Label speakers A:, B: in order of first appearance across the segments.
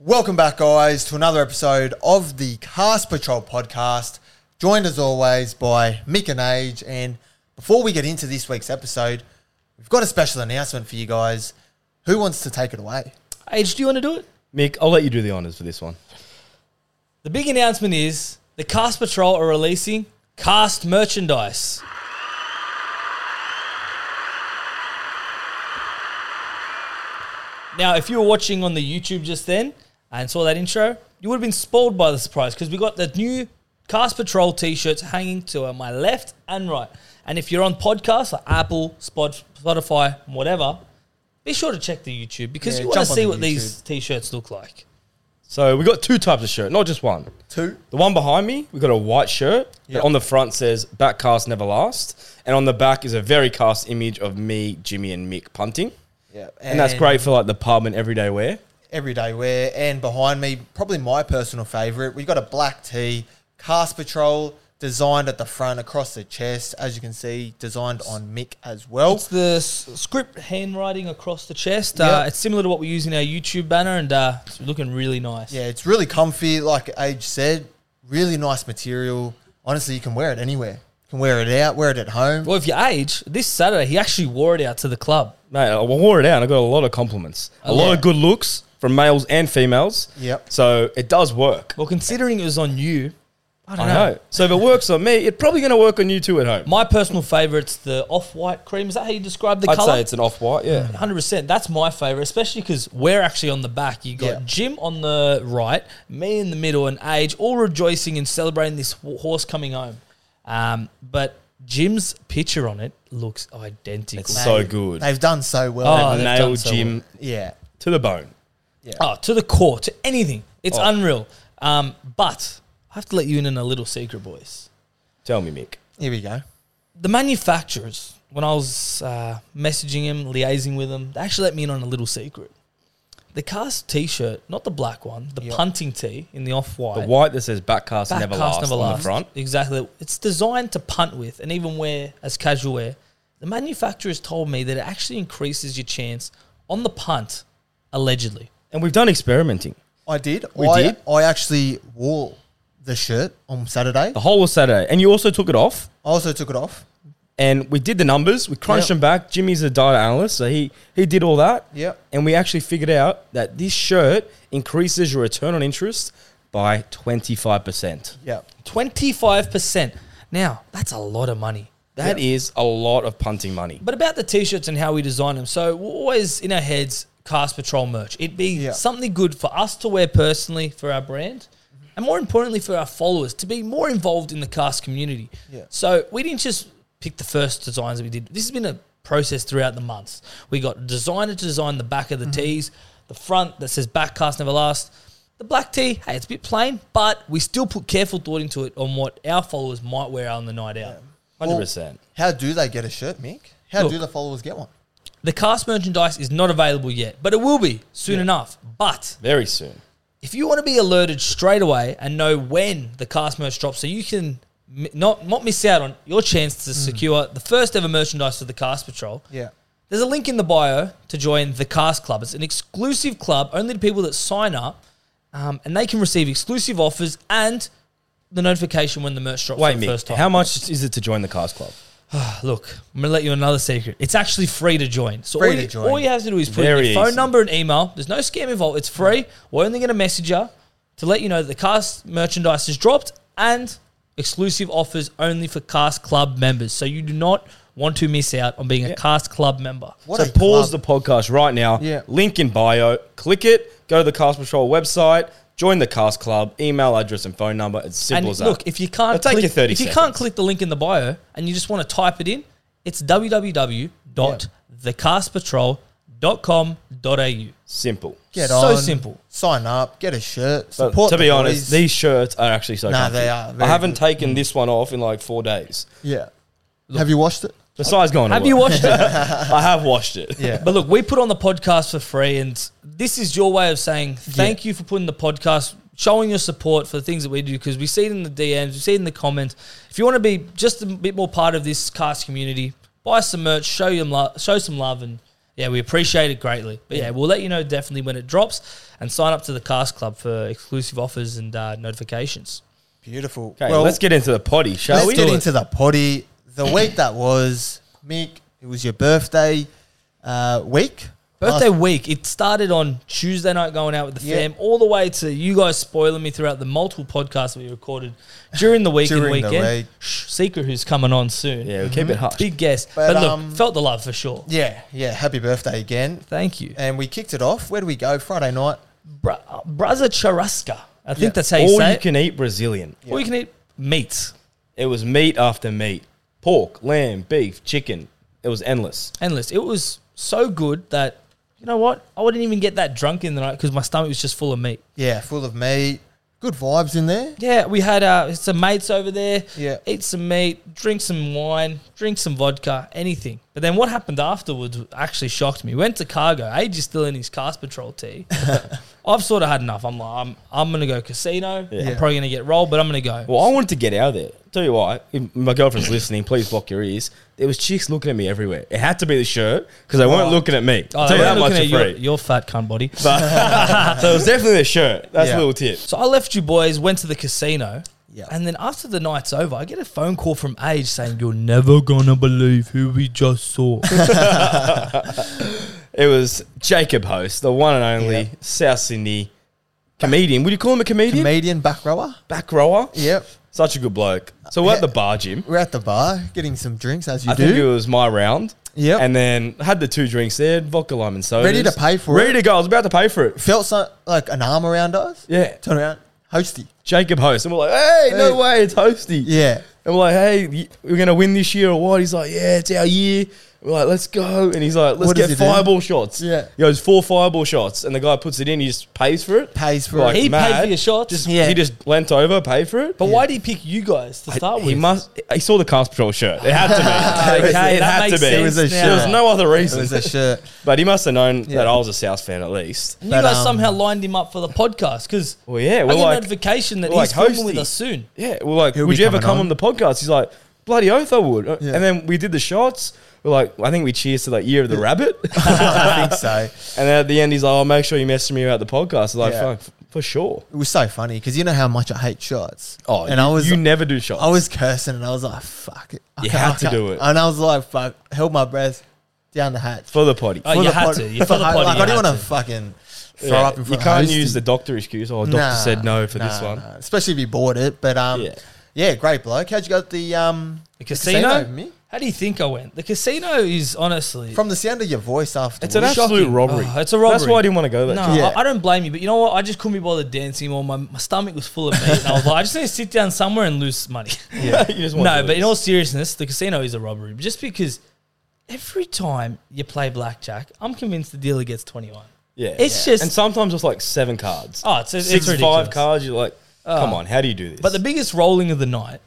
A: Welcome back, guys, to another episode of the Cast Patrol podcast. Joined as always by Mick and Age. And before we get into this week's episode, we've got a special announcement for you guys. Who wants to take it away?
B: Age, do you want to do it?
C: Mick, I'll let you do the honours for this one.
B: The big announcement is the Cast Patrol are releasing cast merchandise. Now, if you were watching on the YouTube just then and saw that intro, you would have been spoiled by the surprise because we got the new Cast Patrol t-shirts hanging to uh, my left and right. And if you're on podcasts like Apple, Spot- Spotify, whatever, be sure to check the YouTube because
A: Yeah,
B: you want
A: jump
B: to see
A: onto
B: what these t-shirts look like.
C: So we got two types of shirt, not just one.
A: Two.
C: The one behind me, we got a white shirt
A: Yep.
C: that on the front says "Back Cast Never Last," and on the back is a very cast image of me, Jimmy, and Mick punting,
A: Yeah,
C: and, that's great for like the pub and everyday wear.
A: everyday wear. And behind me, probably my personal favourite, we've got a black tee, Cast Patrol, designed at the front across the chest, as you can see, designed on Mick as well.
B: It's the s- script handwriting across the chest. Uh,
A: Yep.
B: it's similar to what we use in our YouTube banner, and uh, it's looking really nice.
A: Yeah, it's really comfy, like Age said, really nice material. Honestly, you can wear it anywhere. You can wear it out, wear it at home.
B: Well, if you age, this Saturday he actually wore it out to the club.
C: Mate, I wore it out. and I got a lot of compliments, a lot
B: yeah.
C: of good looks from males and females.
A: Yep.
C: So it does work.
B: Well, considering it was on you, I
C: I
B: don't know.
C: know. So if it works on me, it's probably going to work on you too at home.
B: My personal favourite's the off-white cream. Is that how you describe the
C: I'd
B: colour?
C: say it's an off-white. Yeah.
B: Hundred percent. That's my favorite, especially because we're actually on the back. You got
A: Yeah.
B: Jim on the right, me in the middle, and Age all rejoicing and celebrating this ho- horse coming home. Um, but Jim's picture on it looks identical.
C: It's so good.
A: They've done so well.
B: Oh, they've done
C: Nailed
B: so
C: Jim
A: Yeah.
C: to the bone.
B: Oh, to the core, to anything. It's
C: Oh.
B: unreal. Um, but I have to let you in on a little secret, boys.
C: Tell me, Mick.
A: Here we go.
B: The manufacturers, when I was uh, messaging them, liaising with them, they actually let me in on a little secret. The cast T-shirt, not the black one, the
A: Yeah.
B: punting tee in the off-white.
C: The white that says back cast
B: back
C: never
B: cast
C: last
B: never
C: on
B: lasts.
C: the front.
B: Exactly. It's designed to punt with and even wear as casual wear. The manufacturers told me that it actually increases your chance on the punt, allegedly.
C: And we've done experimenting.
A: I did.
C: We
A: I,
C: did?
A: I actually wore the shirt on Saturday.
C: The whole was Saturday. And you also took it off.
A: I also took it off.
C: And we did the numbers. We crunched
A: Yep.
C: them back. Jimmy's a data analyst, so he he did all that.
A: Yep.
C: And we actually figured out that this shirt increases your return on interest by twenty five percent.
A: Yeah.
B: 25%. Now, that's a lot of money.
C: That is a lot of punting money.
B: But about the t-shirts and how we design them. So we're always in our heads, Cast Patrol merch. It'd be
A: Yeah.
B: something good for us to wear personally for our brand, and more importantly for our followers to be more involved in the Cast community.
A: Yeah.
B: So we didn't just pick the first designs that we did. This has been a process throughout the months. We got a designer to design the back of
A: Mm-hmm.
B: the tees, the front that says back cast never last. The black tee, hey, it's a bit plain, but we still put careful thought into it on what our followers might wear on the night out.
C: Hundred percent.
A: How do they get a shirt, Mick? How
B: Look.
A: do the followers get one?
B: The cast merchandise is not available yet, but it will be soon enough. But
C: Very soon.
B: if you want to be alerted straight away and know when the cast merch drops, so you can mi- not not miss out on your chance to
C: Mm.
B: secure the first ever merchandise for the Cast Patrol.
A: Yeah.
B: There's a link in the bio to join the Cast Club. It's an exclusive club only to people that sign up, um, and they can receive exclusive offers and the notification when the merch drops
C: Wait,
B: for the first
C: Mick,
B: time.
C: how much is it to join the cast club?
B: Look, I'm gonna let you another secret. It's actually free to join. So
A: Free
B: all,
A: to
B: you,
A: join.
B: all you have to do is put
C: Very
B: in your phone
C: easy.
B: number and email. There's no scam involved. It's free. We're only gonna message you to let you know that the cast merchandise is dropped and exclusive offers only for cast club members. So you do not want to miss out on being a cast club member.
A: What
C: so
A: a
C: pause
A: club.
C: the podcast right now.
A: Yeah.
C: Link in bio. Click it. Go to the Cast Patrol website. Join the Cast Club. Email address and phone number. It's simple
B: And
C: as
B: look,
C: that.
B: if you can't
C: It'll take
B: click,
C: you 30
B: if you can't
C: seconds.
B: click the link in the bio and you just want to type it in, it's www.thecastpatrol.com.au.
C: simple.
A: Get
B: So
A: on.
B: simple.
A: Sign up, get a shirt.
C: But
A: Support
C: to
A: the
C: be honest,
A: boys.
C: these shirts are actually so.
A: Nah,
C: comfy.
A: they are
C: I
A: very
C: haven't
A: good.
C: taken this one off in like four days.
A: Yeah. Have you washed it?
C: The size going.
B: Have you watched it?
C: I have washed it.
A: Yeah.
B: But look, we put on the podcast for free, and this is your way of saying thank you for putting the podcast, showing your support for the things that we do, because we see it in the DMs, we see it in the comments. If you want to be just a bit more part of this cast community, buy some merch, show them lo- show some love, and Yeah, we appreciate it greatly. But yeah, we'll let you know definitely when it drops and sign up to the Cast Club for exclusive offers and uh, notifications.
A: Beautiful.
C: Okay, let's get into the potty, shall
A: Let's
C: we?
A: get
B: Do it.
A: into the potty. The week that was, Mick, it was your birthday uh, week.
B: Birthday
A: Last-
B: week. It started on Tuesday night going out with the
A: Yeah.
B: fam, all the way to you guys spoiling me throughout the multiple podcasts that we recorded during the week
A: During
B: and
A: the
B: weekend.
A: week.
B: Shh, Secret who's coming on soon.
C: Yeah, we keep it hush.
B: Mm-hmm. Big guess.
A: But,
B: But, look,
A: um,
B: felt the love for sure.
A: Yeah, yeah. Happy birthday again.
B: Thank you.
A: And we kicked it off. Where do we go? Friday night.
B: Bra- Braza Charaska. I think
A: Yeah.
B: that's how you
C: All
B: say
C: you
B: it.
C: can eat Brazilian.
B: Or you can eat meat.
C: It was meat after meat. Pork, lamb, beef, chicken. It was endless.
B: Endless. It was so good that, you know what? I wouldn't even get that drunk in the night because my stomach was just full of meat.
A: Yeah, full of meat. Good vibes in there.
B: Yeah, we had uh, some mates over there.
A: Yeah.
B: Eat some meat, drink some wine, drink some vodka, anything. But then what happened afterwards actually shocked me. Went to cargo. Age is still in his cast patrol tee. I've sort of had enough. I'm like, I'm, I'm going to go casino.
A: Yeah.
B: I'm probably going to get rolled, but I'm going to go.
C: Well, I wanted to get out of there. Tell you what, if my girlfriend's listening. Please block your ears. There was chicks looking at me everywhere. It had to be the shirt because they weren't
A: Right.
C: looking at me.
B: Oh,
C: I'll tell you
B: we're
C: that much
B: looking
C: for
B: at your,
C: free.
B: your fat cunt body.
C: But- so it was definitely the shirt. That's
A: Yeah.
C: a little tip.
B: So I left you boys, went to the casino.
A: Yeah.
B: And then after the night's over, I get a phone call from Age saying, You're never gonna believe who we just saw.
C: It was Jacob Host, the one and only
A: Yeah.
C: South Sydney comedian. Would you call him a comedian?
A: Comedian back rower.
C: Back rower.
A: Yep.
C: Such a good bloke. So we're at the bar, Jim.
A: We're at the bar getting some drinks as you
C: I
A: do.
C: think it was my round.
A: Yep.
C: And then had the two drinks there, vodka, lime, and soda.
A: Ready to pay for
C: Ready
A: it.
C: to go. I was about to pay for it.
A: Felt so, like an arm around us.
C: Yeah.
A: Turn around. Hosty.
C: Jacob Host. And we're like, hey, no
A: Hey.
C: way, it's Hosty.
A: Yeah.
C: And we're like, hey, y- we're going to win this year or what? He's like, yeah, it's our year. We're like, let's go. And he's like, let's
A: What does
C: get
A: he do?
C: fireball shots.
A: Yeah.
C: He goes, four fireball shots. And the guy puts it in, he just pays for it.
A: Pays for
C: Like,
A: it.
B: he paid
C: mad.
B: for your shots.
C: Just,
A: Yeah.
C: He just leant over, paid for it.
B: but why did he pick you guys to start
C: he
B: with?
C: must. He saw the cast patrol shirt. It had to
B: Ah,
C: be.
B: okay,
C: it
B: that
C: had to
B: makes
C: be.
B: sense
A: It was a
B: now.
A: shirt.
C: There was no other
A: It
C: reason.
A: was a shirt.
C: But he must have known
A: Yeah.
C: that I was a South fan at least.
B: And you
A: But,
B: guys
A: um,
B: somehow lined him up for the podcast because
C: Well, yeah,
B: I
C: we're
B: get a
C: like-
B: notification that
C: we're
B: he's
C: like
B: filming with
C: hosty.
B: us soon.
C: Yeah, we're like,
A: He'll
C: would
A: be
C: you ever
A: coming
C: come on.
A: on
C: the podcast? He's like, bloody oath I would. Uh, And then we did the shots. We're like, I think we cheers to that year of the rabbit. and
A: I think so.
C: then at the end, he's like, oh, make sure you message me about the podcast. I'm like,
A: Yeah.
C: fuck, f- for sure.
A: It was so funny because you know how much I hate shots.
C: Oh,
A: and
C: you,
A: I was
C: you never do shots.
A: I was cursing and I was like, "Fuck it!" I
C: You
A: can't-
C: had
A: I
C: to do
A: can't.
C: it.
A: and I was like, "Fuck!" Held my breath down the hatch.
C: for the potty.
B: Oh,
A: For
B: you
A: the
B: had
A: pod-
B: to. You for the
A: like,
B: potty,
A: I
B: you
A: didn't
B: had
A: want
B: to.
A: to fucking throw
C: Yeah.
A: up in
C: you
A: front.
C: can't
A: of
C: use
A: hosty.
C: the doctor excuse. Oh, doctor
A: Nah,
C: said no for this
A: nah,
C: one.
A: nah. especially if you bought it. But um,
C: Yeah.
A: yeah, great bloke. How'd you go at the um
B: The casino?
A: me?
B: How do you think I went? The casino is honestly
A: From the sound of your voice after,
C: It's an
B: Shocking.
C: absolute robbery.
B: Oh, it's a robbery.
C: That's why I didn't want to go there.
B: No,
A: Yeah.
B: I, I don't blame you, but you know what? I just couldn't be bothered dancing more. My, my stomach was full of meat, and I was like, I just need to sit down somewhere and lose money.
C: you just want
B: no,
C: to
B: but in
C: lose.
B: all seriousness, the casino is a robbery, just because every time you play blackjack, I'm convinced the dealer gets 21.
C: yeah,
B: It's just-
C: and sometimes it's like seven cards.
B: Oh, it's, it's
C: Six,
B: ridiculous.
C: five cards. You're like, come
A: Ah.
C: on, how do you do this?
B: But the biggest rolling of the night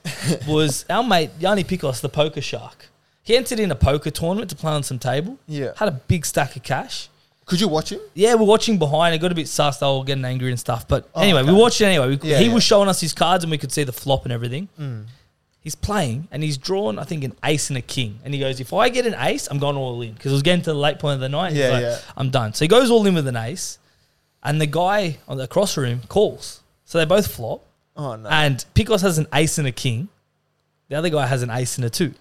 B: was our mate Yanni Picos, the poker shark. He entered in a poker tournament to play on some table.
A: Yeah.
B: Had a big stack of cash.
A: could you watch him?
B: Yeah, we're watching behind. It got a bit sus. They were getting angry and stuff. But anyway, we
A: Oh, okay.
B: watched it anyway. We,
A: Yeah,
B: he
A: yeah. Mm.
B: was showing us his cards and we could see the flop and everything. He's playing and he's drawn, I think, an ace and a king. And he goes, If I get an ace, I'm going all in. Because it was getting to the late point of the night. He's
A: Yeah,
B: like,
A: yeah.
B: I'm done. So he goes all in with an ace. And the guy on the cross room calls. So they both flop.
A: Oh no,
C: Ah.
B: And Picos has an ace and a king. The other guy has an ace and a two.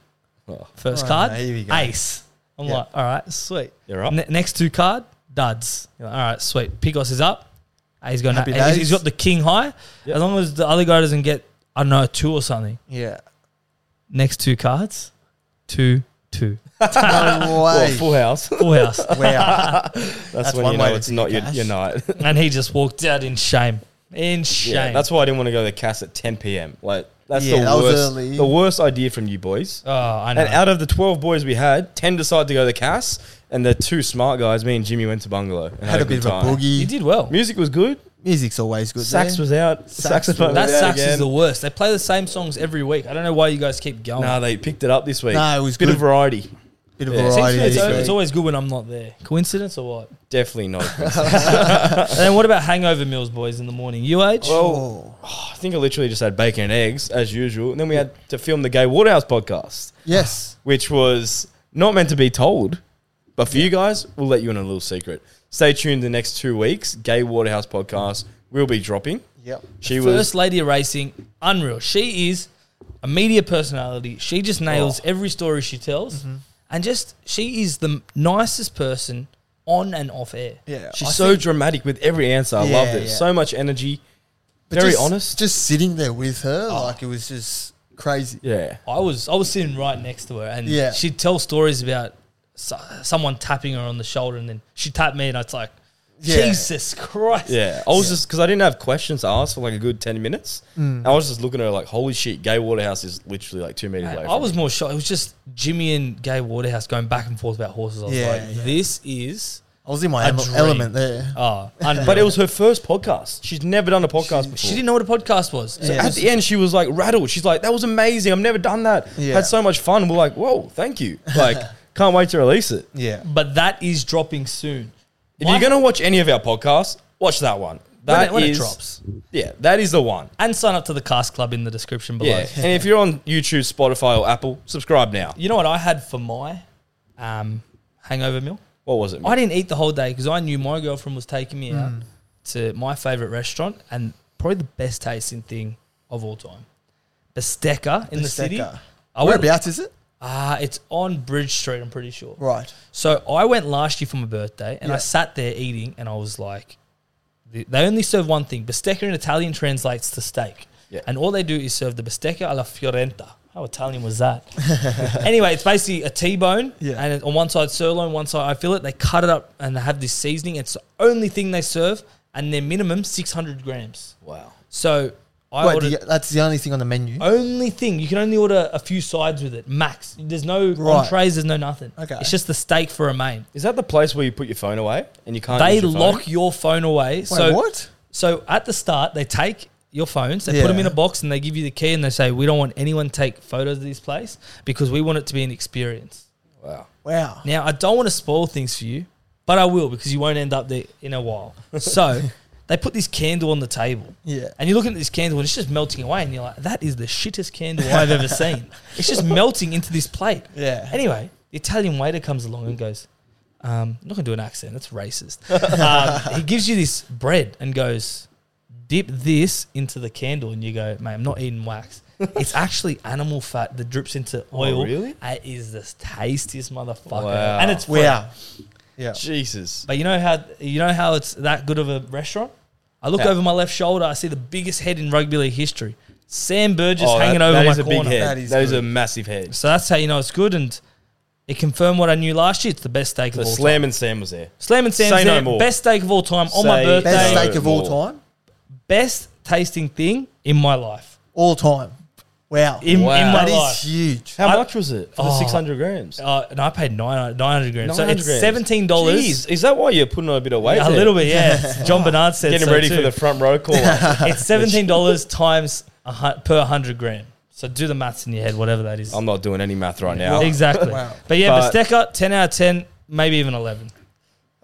C: Oh.
B: First
A: Oh,
B: card,
A: no, here we go.
B: ace. I'm
A: Yeah.
B: like, all right, sweet.
C: You're up.
B: Ne- next two card, duds. You're like, all right, sweet. Picos is up. Uh, He's got an-
A: Happy
B: he's- he's
A: days.
B: got the king high. As long as the other guy doesn't get, I don't know, a two or something.
A: yeah,
B: Next two cards, two, two.
A: no
C: Well,
A: way.
C: full house.
B: Full house.
A: wow,
C: That's, when
A: one
C: you
A: way
C: know
A: to
C: it's
A: do
C: not your,
A: cash.
C: your night.
B: and he just walked out in shame. In shame.
C: yeah, that's why I didn't want to go to the cast at 10 p.m. Like that's
A: Yeah,
C: the
A: that was
C: worst,
A: early.
C: the worst idea from you boys.
B: oh, I know.
C: and out of the 12 boys we had, 10 decided to go to the cast, and the two smart guys, me and Jimmy, went to bungalow. And
A: had a bit of
C: good
A: a
C: time.
B: you
A: boogie.
B: did well.
C: Music was good.
A: Music's always good.
C: Sax
A: there.
C: was out.
A: Sax
C: Saxophone.
A: was-
B: That
C: was out
B: sax
C: again.
B: is the worst. They play the same songs every week. I don't know why you guys keep going.
C: Nah, they picked it up this week.
A: Nah, it was
C: bit
A: good.
C: of variety.
A: bit of
C: Yeah.
B: Seems to me
A: variety.
B: it's,
A: this
B: al-
A: week.
B: it's always good when I'm not there. Coincidence or what?
C: Definitely not.
B: and then what about hangover meals, boys, in the morning? You age?
C: well, Oh,
A: Oh,
C: I think I literally just had bacon and eggs as usual, and then we had to film the Gay Waterhouse podcast.
A: Yes.
C: which was not meant to be told But for you guys, we'll let you in on a little secret. Stay tuned the next two weeks. Gay Waterhouse podcast will be dropping.
A: Yep.
C: She
B: First
C: was
B: lady of racing, unreal. She is a media personality. She just nails
A: Oh.
B: every story she tells,
A: Mm-hmm.
B: and just she is the nicest person on and off air.
A: Yeah.
C: she's
A: I
C: so dramatic with every answer. I
A: Yeah,
C: loved it.
A: yeah.
C: So much energy.
A: But
C: Very
A: just-
C: honest.
A: Just sitting there with her, like it was just crazy.
C: Yeah.
B: I was I was sitting right next to her, and
A: Yeah.
B: she'd tell stories about so, someone tapping her on the shoulder, and then she tapped me, and I was like,
A: Yeah.
B: Jesus Christ!
C: Yeah, I was just because I didn't have questions to ask for like a good ten minutes. I was just looking at her like, "Holy shit, Gay Waterhouse is literally like two meters
B: I,
C: away."
B: I
C: from
B: was
C: me.
B: more shocked. It was just Jimmy and Gay Waterhouse going back and forth about horses. I was
A: Yeah,
B: like,
A: yeah.
B: this is
A: I was in my
B: A
A: ele-
B: dream.
A: element there.
B: oh,
C: but it was her first podcast. She's never done a podcast before.
B: She didn't know what a podcast was. So
A: Yeah.
B: it
C: At
B: was-
C: the end, she was like rattled. She's like, "That was amazing. I've never done that.
A: Yeah.
C: Had so much fun." We're like, "Whoa, thank you! Like, can't wait to release it."
A: Yeah.
B: but that is dropping soon.
C: If
B: Why-
C: you're gonna watch any of our podcasts, watch that one.
B: when,
C: That
B: it, when it
C: is-
B: drops,
C: Yeah, that is the one.
B: and sign up to the Cast Club in the description below.
C: Yeah, and if you're on YouTube, Spotify, or Apple, subscribe now.
B: You know what I had for my um, hangover meal?
C: What was it?
B: I didn't eat the whole day because I knew my girlfriend was taking me
A: Hmm.
B: out to my favorite restaurant and probably the best tasting thing of all time, Besteca in the city.
A: Besteca.
B: I went,
A: Whereabouts is it?
B: ah, it's on Bridge Street. I'm pretty sure.
A: Right.
B: So I went last year for my birthday, and I
A: Yeah.
B: sat there eating, and I was like, they they only serve one thing. Bistecca in Italian translates to steak,
C: Yeah.
B: and all they do is serve the bistecca alla fiorenta. How Italian was that? anyway, it's basically a T-bone,
A: Yeah.
B: and it- on one side sirloin, one side I fillet. They cut it up and they have this seasoning. It's the only thing they serve, and their minimum six hundred grams.
C: wow.
B: So I Oh,
A: Wait,
B: ordered.
A: the- that's the only thing on the menu.
B: Only thing you can only order a few sides with it, max. There's no
A: Right.
B: entrees, there's no nothing.
A: Okay.
B: it's just the steak for a main
C: Is that the place where you put your phone away and you can't?
B: they
C: use your phone?
B: lock your phone away.
A: Wait,
B: so
A: what?
B: So at the start, they take your phones, they put them
A: Yeah.
B: in a box, and they give you the key, and they say, "We don't want anyone to take photos of this place because we want it to be an experience."
C: Wow.
A: Wow.
B: Now, I don't want to spoil things for you, but I will because you won't end up there in a while. So they put this candle on the table.
A: Yeah.
B: And you're looking at this candle and it's just melting away, and you're like, that is the shittest candle I've ever seen. It's just melting into this plate.
A: Yeah.
B: Anyway, the Italian waiter comes along and goes, um, I'm not going to do an accent, that's racist. um, he gives you this bread and goes, dip this into the candle. And you go, mate, I'm not eating wax. It's actually animal fat that drips into
A: Oh,
B: oil.
C: really?
B: It is the tastiest motherfucker.
C: Wow.
B: And it's free.
A: Wow. Yeah.
C: Jesus.
B: But you know how you know how it's that good of a restaurant? I look
C: How?
B: over my left shoulder, I see the biggest head in rugby league history. Sam Burgess
C: Oh, that-
B: hanging over
C: that
B: my
C: is a
B: corner.
C: big head.
A: That is
C: that is
A: good.
C: a massive head.
B: So that's how you know it's good, and it confirmed what I knew last year. It's the best steak
C: The
B: of all
C: slam
B: time.
C: and Sam was there.
B: Slam and Sam's
C: Say no
B: there,
C: more.
B: best steak of all time on my
C: Say
B: birthday.
A: Best
C: no
B: Best,
A: steak of all
C: more.
A: time.
B: tasting thing in my life.
A: All time. Wow.
B: In,
C: Wow.
B: in my
A: that
B: life.
A: is huge.
C: How
B: I-
C: much was it for the
B: Oh.
C: 600 grams?
B: Uh, and I paid 900, 900 grams. so
C: 900
B: it's
C: grams.
B: $17.
C: Jeez, Oh, is that why you're putting on a bit of weight?
B: A
C: there?
B: little bit, yeah. John Bernard said
C: Getting
B: so
C: ready
B: too.
C: for the front row call.
B: It's seventeen dollars times a hun- per hundred gram. So do the maths in your head, whatever that is.
C: I'm not doing any math right now. Okay,
B: exactly.
A: Wow.
B: But yeah, but,
C: But-
B: ten out of ten, maybe even eleven.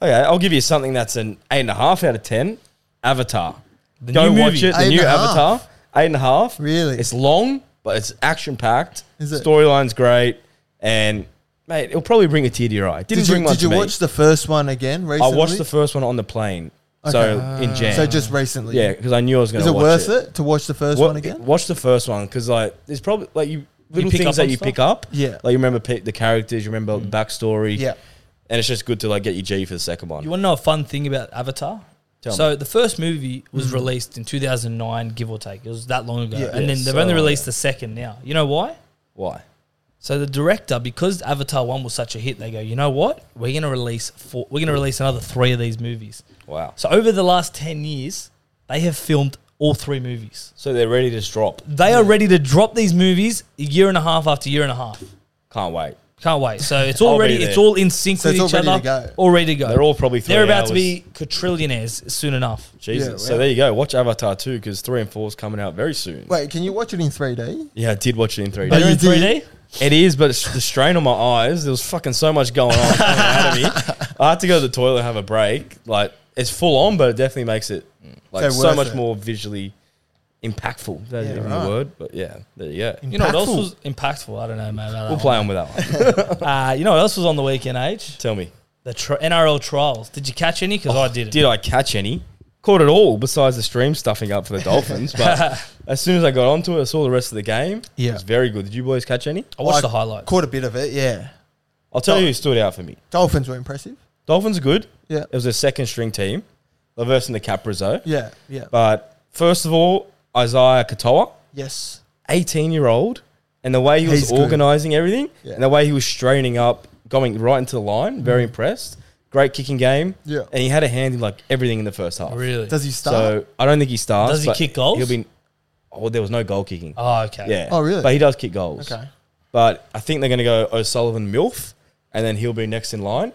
C: I'll give you something that's an eight and a half out of ten. Avatar.
B: The
C: Go
B: new
C: watch
B: movie.
C: it. The
A: Eight
C: new
A: and a half.
C: Avatar. Eight and a half.
A: Really?
C: It's long, but it's action packed.
A: Is it?
C: Storyline's great, and mate, it'll probably bring a tear to your eye. Didn't
A: Did
C: bring
A: you,
C: one
A: did
C: to
A: you
C: me.
A: watch the first one again
C: I
A: recently?
C: watched the first one on the plane. So
A: Okay.
C: in Jan.
A: So just recently.
C: yeah, because I knew I was going
A: Is
C: to
A: it
C: watch
A: worth it. to watch the first
C: Wa-
A: one again?
C: Watch the first one because like there's probably like you little
B: pick up
C: things
B: on
C: that you
B: stuff? Mm.
C: pick up.
A: Yeah.
C: like you remember pe- the characters, you remember the backstory.
A: Yeah.
C: and it's just good to like get your G for the second one.
B: You want to know a fun thing about Avatar?
C: Tell
B: so the first movie was released in two thousand nine, give or take. It was that long ago,
A: Yeah.
B: and
C: Oh, Yeah,
B: then they've
C: so-
B: only released the second now. You know why?
C: Why?
B: So the director, because Avatar one was such a hit, they go, you know what? We're gonna release four. We're gonna release another three of these movies.
C: Wow.
B: So over the last ten years, they have filmed all three movies.
C: So they're ready to just drop.
B: They are ready to drop these movies a year and a half after year and a half.
C: Can't wait.
B: Can't wait. So it's
C: I'll be
B: already
C: there.
B: it's all in sync
A: So
B: with
A: it's
B: each
A: all ready
B: other.
A: to go.
B: All ready to go.
C: They're all probably three
B: They're about to
C: hours.
B: be quadrillionaires soon enough.
C: Jesus.
A: Yeah,
C: So
A: wow.
C: there you go. Watch Avatar two because three and four is coming out very soon.
A: Wait, can you watch it in 3D?
C: Yeah, I did watch it in three.
B: But
C: D.
B: you're in
A: you did.
B: 3D.
C: It is, but it's the strain on my eyes. There was fucking so much going on coming out of me. I had to go to the toilet and have a break. Like it's full on, but it definitely makes it like
A: So
C: so,
A: worth
C: much
A: it.
C: more visually impactful. That's
A: Yeah,
C: even
A: right.
C: the word, but yeah, there you go.
B: You know what else
A: Impactful.
B: was impactful? I don't know, man. Uh, About that
C: We'll play on with that one.
B: one. Uh, you know what else was on the weekend, Age?
C: Tell me.
B: The tri- NRL trials. Did you catch any? Because I didn't.
C: Oh, Did I catch any? Caught it all, besides the stream stuffing up for the Dolphins. But as soon as I got onto it, I saw the rest of the game.
A: Yeah.
C: It was very good. Did you boys catch any?
B: I watched
A: Like,
B: the highlights.
A: Caught a bit of it, yeah.
C: I'll tell you who stood out for me.
A: Dolphins were impressive.
C: Dolphins are good.
A: Yeah.
C: It was a second string team. They're versing the Caprizzo.
A: Yeah, yeah.
C: But first of all, Isaiah Katoa,
A: yes.
C: 18 year old, and the way he
A: He's
C: was
A: good.
C: organizing everything,
A: Yeah. Mm.
C: and the way he was straining up, going right into the line, very impressed. Great kicking game.
A: Yeah.
C: And he had a hand in like everything in the first half.
B: Really?
A: Does he start?
C: So I don't think he starts.
B: Does he
C: but
B: kick goals?
C: He'll be. Oh, there was no goal kicking.
B: oh, okay.
C: Yeah.
A: Oh, really?
C: But he does kick goals.
A: okay.
C: But I think they're going to go O'Sullivan Milf, and then he'll be next in line.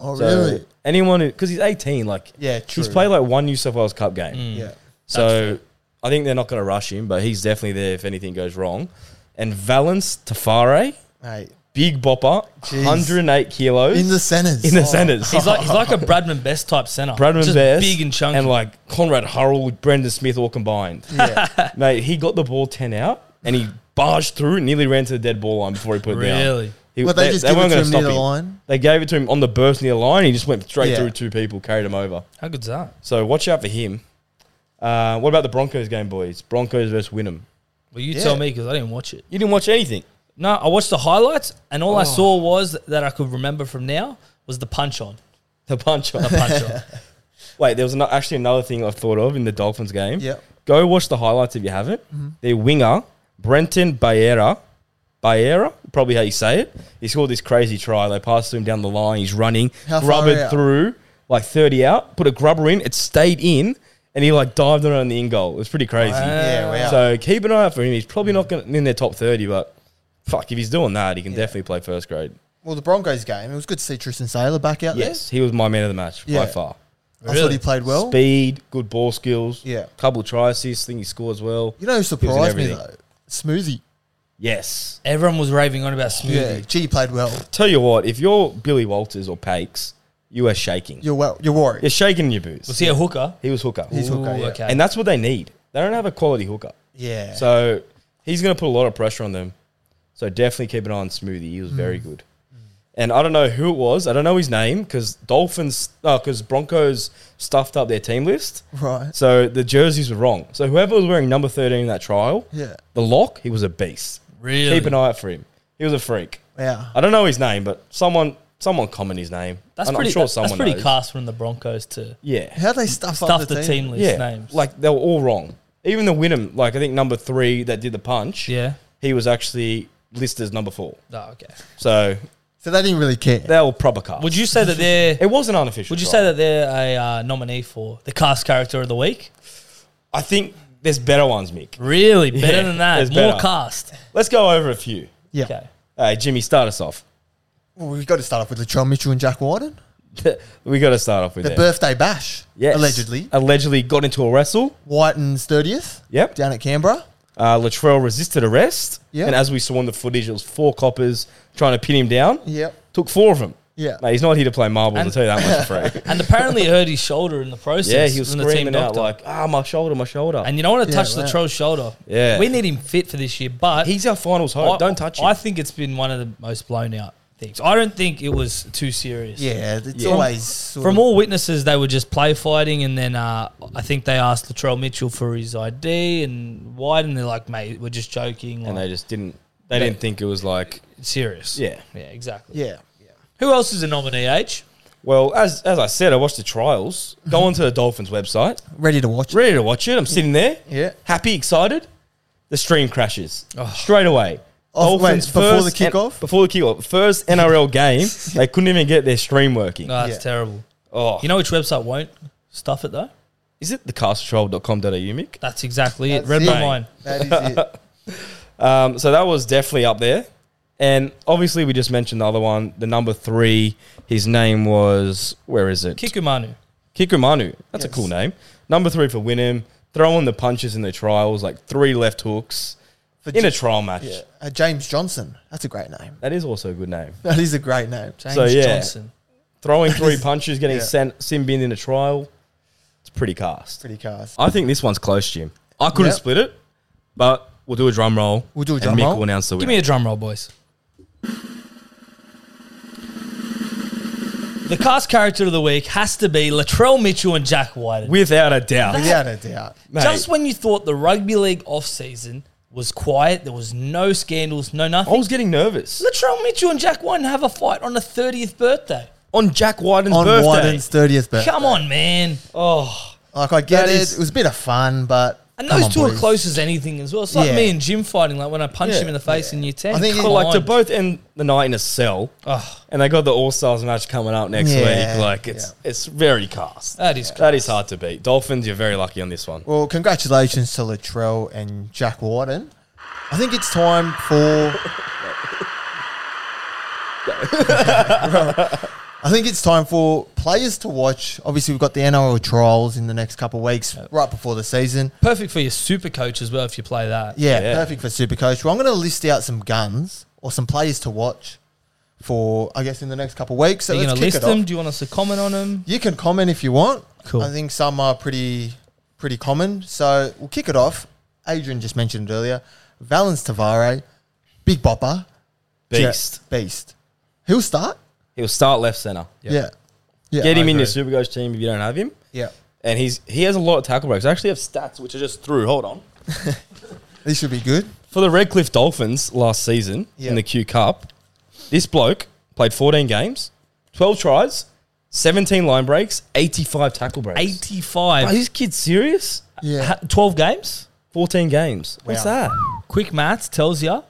A: Oh,
C: So mm.
A: really?
C: anyone who, because he's 18, like,
A: Yeah, true.
C: he's played like one New South Wales Cup game.
B: Mm.
A: Yeah.
C: So I think they're not going to rush him, but he's definitely there if anything goes wrong. And Valence Tafare,
A: Hey,
C: big bopper,
A: Jeez.
C: 108 kilos
A: in the centers.
C: in the
A: Oh,
C: centers.
B: He's like he's like a Bradman Best type center.
C: Bradman
B: Just
C: Bears
B: big and chunky.
C: and like Conrad Hurrell, Brendan Smith, all combined.
A: Yeah.
C: Mate, he got the ball 10 out and he barged through, nearly ran to the dead ball line before he put it down.
B: Really?
C: He,
A: Well, they, just give it
C: weren't
A: to
C: gonna
A: him near the
C: him.
A: line.
C: They gave it to him on the burst near the line. He just went straight
A: Yeah.
C: through two people, carried him over.
B: How good's that?
C: So watch out for him. Uh, what about the Broncos game, boys? Broncos versus Wynnum.
B: Well, you
A: Yeah.
B: tell me because I didn't watch it.
C: You didn't watch anything.
B: No, I watched the highlights, and
C: Oh.
B: all I saw was that I could remember from now was the punch on.
C: The punch on.
B: The punch on.
C: Wait, there was ano- actually another thing I thought of in the Dolphins game.
A: Yep. Mm-hmm.
C: Go watch the highlights if you haven't. Their winger, Brenton Bayera. Bayera, probably how you say it. He scored this crazy try. They passed to him down the line. He's running,
A: How far
C: grubbered
A: out?
C: through, like 30 out, put a grubber in. It stayed in, and he like dived around the in goal. It was pretty crazy.
A: Yeah, wow.
C: Uh, So keep an eye out for him. He's probably not going in their top 30, but fuck, if he's doing that, he can definitely play first grade.
A: well, the Broncos game, it was good to see Tristan Saylor back out
C: Yes, he was my man of the match
A: Yeah.
C: by far.
A: there. I thought
B: Really?
A: he played well.
C: Speed, good ball skills.
A: Yeah.
C: Couple try assists, think he scores well.
A: You know who
C: in
A: surprised me,
C: everything.
A: though? Smoothie.
C: Yes.
B: Everyone was raving on about
C: Mm.
B: smoothie.
A: Yeah, gee, he played well.
C: Tell you what, if you're Billy Walters or Pakes, you are shaking. You're,
A: You're well. You're worried.
C: shaking in your boots.
B: Was he a hooker?
C: He was hooker.
A: He's hooker, yeah.
B: okay.
C: And that's what they need. They don't have a quality hooker.
A: Yeah.
C: So he's going to put a lot of pressure on them. So definitely keep an eye on Smoothie. He was
A: Mm.
C: very good. And I don't know who it was. I don't know his name because Dolphins, because Broncos stuffed up their team list.
A: right.
C: So the jerseys were wrong. So whoever was wearing number 13 in that trial,
A: Yeah.
C: the lock, he was a beast.
B: really?
C: Keep an eye out for him. He was a freak.
A: Wow.
C: I don't know his name, but someone someone comment his name.
B: That's
C: And
B: pretty.
C: I'm sure
B: that-
C: someone
B: that's pretty
C: knows.
B: cast from the Broncos to
C: Yeah.
A: How they stuff,
B: stuff
A: up
B: the, team, list
C: yeah.
B: names.
C: Like they were all wrong. Even the Winham, like I think number three that did the punch,
B: yeah.
C: he was actually listed as number four.
B: Oh, okay.
C: So
A: So they didn't really care.
C: they were proper cast.
B: Would you say that they're?
C: it was an unofficial.
B: Would you
C: trial.
B: say that they're a uh, nominee for the cast character of the week?
C: I think there's better ones, Mick.
B: Really, better
C: Yeah,
B: than that.
C: there's
B: More
C: better.
B: cast.
C: Let's go over a few.
A: yeah.
B: Okay.
C: Hey, Jimmy, start us off.
A: Well, we've got to start off with Latrell Mitchell and Jack Warden.
C: we got to start off with
A: The
C: that.
A: birthday bash,
C: Yes. Uh,
A: allegedly.
C: Allegedly got into a wrestle.
A: Whiten's 30th
C: Yep.
A: down at Canberra.
C: Uh, Latrell resisted arrest.
A: Yeah.
C: And as we saw in the footage, it was four coppers trying to pin him down.
A: Yep.
C: Took four of them.
A: Yeah.
C: Mate, he's not here to play marbles, I'll
B: And-
C: tell you that much for free.
B: And apparently, it hurt his shoulder in the process.
C: yeah, he was
B: from the team
C: screaming out
B: doctor.
C: like, ah, my shoulder, my shoulder.
B: And you don't want to
A: Yeah,
B: touch
A: wow.
B: Latrell's shoulder.
C: Yeah.
B: We need him fit for this year, but
C: he's our finals hope.
B: I-
C: Don't touch him.
B: I think it's been one of the most blown out things. I don't think it was too serious.
A: Yeah, it's
C: Yeah.
A: always sort
B: From
A: of,
B: all witnesses, they were just play fighting, and then uh, I think they asked Latrell Mitchell for his ID and why, and they're like, "Mate, we're just joking." Like,
C: and they just didn't, they
B: They-
C: didn't think it was like,
B: it's serious.
C: yeah.
B: yeah, exactly.
A: yeah.
B: Who else is a nominee? H.
C: Well, as, as I said, I watched the trials. Go onto the Dolphins website.
A: Ready to watch. it.
C: Ready to watch it. I'm sitting there.
A: Yeah.
C: Happy, excited. The stream crashes straight away.
A: Oh, wait, before the
C: N-
A: kickoff?
C: before the kickoff, first NRL game, they couldn't even get their stream working.
B: Oh, that's
A: Yeah.
B: terrible.
C: oh,
B: You know which website won't stuff it though?
C: is it thecastcontrol.com.au, Mick?
B: That's exactly
A: That's
B: it. Red
A: it.
B: Mine.
A: That is it.
C: Um, so that was definitely up there. And obviously, we just mentioned the other one, the number three. His name was, where is it?
B: Kikumanu.
C: Kikumanu. That's a
A: Yes.
C: cool name. Number three for Winham. Throwing the punches in the trials, like three left hooks
A: For
C: in a
A: J-
C: trial match.
A: yeah. Uh, James Johnson. That's a great name.
C: That is also a good name.
A: That is a great name.
B: James
C: So, yeah.
B: Johnson.
C: Throwing three punches, getting
A: Yeah.
C: sent, Simbin in a trial. It's pretty cast.
A: Pretty cast.
C: I think this one's close, Jim. I could have
A: Yep.
C: split it, but we'll do a drum roll.
A: We'll do a drum
C: and Mick
A: roll.
C: will announce the
B: Give
C: winner.
B: me a drum roll, boys. the cast character of the week has to be Latrell Mitchell and Jack White.
C: Without a doubt.
A: Without a doubt.
C: Mate,
B: Just when you thought the rugby league off season was quiet, there was no scandals, no
C: I
B: nothing.
C: was getting nervous.
B: Latrell Mitchell and Jack White have a fight on the 30th birthday.
C: On Jack Wyden's
A: On
C: birthday.
A: Wyden's 30th birthday.
B: Come on, man. Oh.
A: Like, I get
C: That
A: it.
C: is-
A: it was a bit of fun, but.
B: And
A: come
B: those
A: on,
B: two
A: boys.
B: are close as anything as well. It's like
A: Yeah.
B: me and Jim fighting, like when I punch
C: Yeah,
B: him in the face in year 10.
A: I think
B: Come
A: it-
C: But like to
B: on.
C: both end the night in a cell,
B: Oh,
C: and they got the All Stars match coming up next
A: Yeah,
C: week. Like it's it's very cast.
B: that is
C: That is hard to beat. Dolphins, you're very lucky on this one.
A: Well, congratulations to Latrell and Jack Warden. I think it's time for. I think it's time for players to watch. Obviously, we've got the NRL trials in the next couple of weeks, right before the season.
B: perfect for your super coach as well if you play that.
A: Yeah,
C: Yeah.
A: perfect for Supercoach. Well, I'm going to list out some guns or some players to watch for, I guess, in the next couple of weeks. So
B: Are you
A: let's
B: going to
A: kick
B: list
A: it off.
B: them? Do you want us to comment on them?
A: You can comment if you want.
B: Cool.
A: I think some are pretty pretty common. So we'll kick it off. Adrian just mentioned it earlier. Valens Tavare, Big Bopper, Ja-
C: Beast.
A: Beast. He'll start.
C: He'll start left center.
A: Yeah. Yeah.
C: Get him
B: I
C: in your
B: agree.
C: Supercoach team if you don't have him.
A: Yeah.
C: And he's he has a lot of tackle breaks. I actually have stats which I just threw. Hold on.
A: This should be good.
C: For the Redcliffe Dolphins last season
A: Yeah.
C: in the Q Cup, this bloke played 14 games, 12 tries, 17 line breaks, 85 tackle breaks.
B: 85.
C: Are these kids serious?
A: Yeah.
B: Ha- 12 games?
C: 14 games. What's
A: Wow.
C: that?
B: Quick maths tells you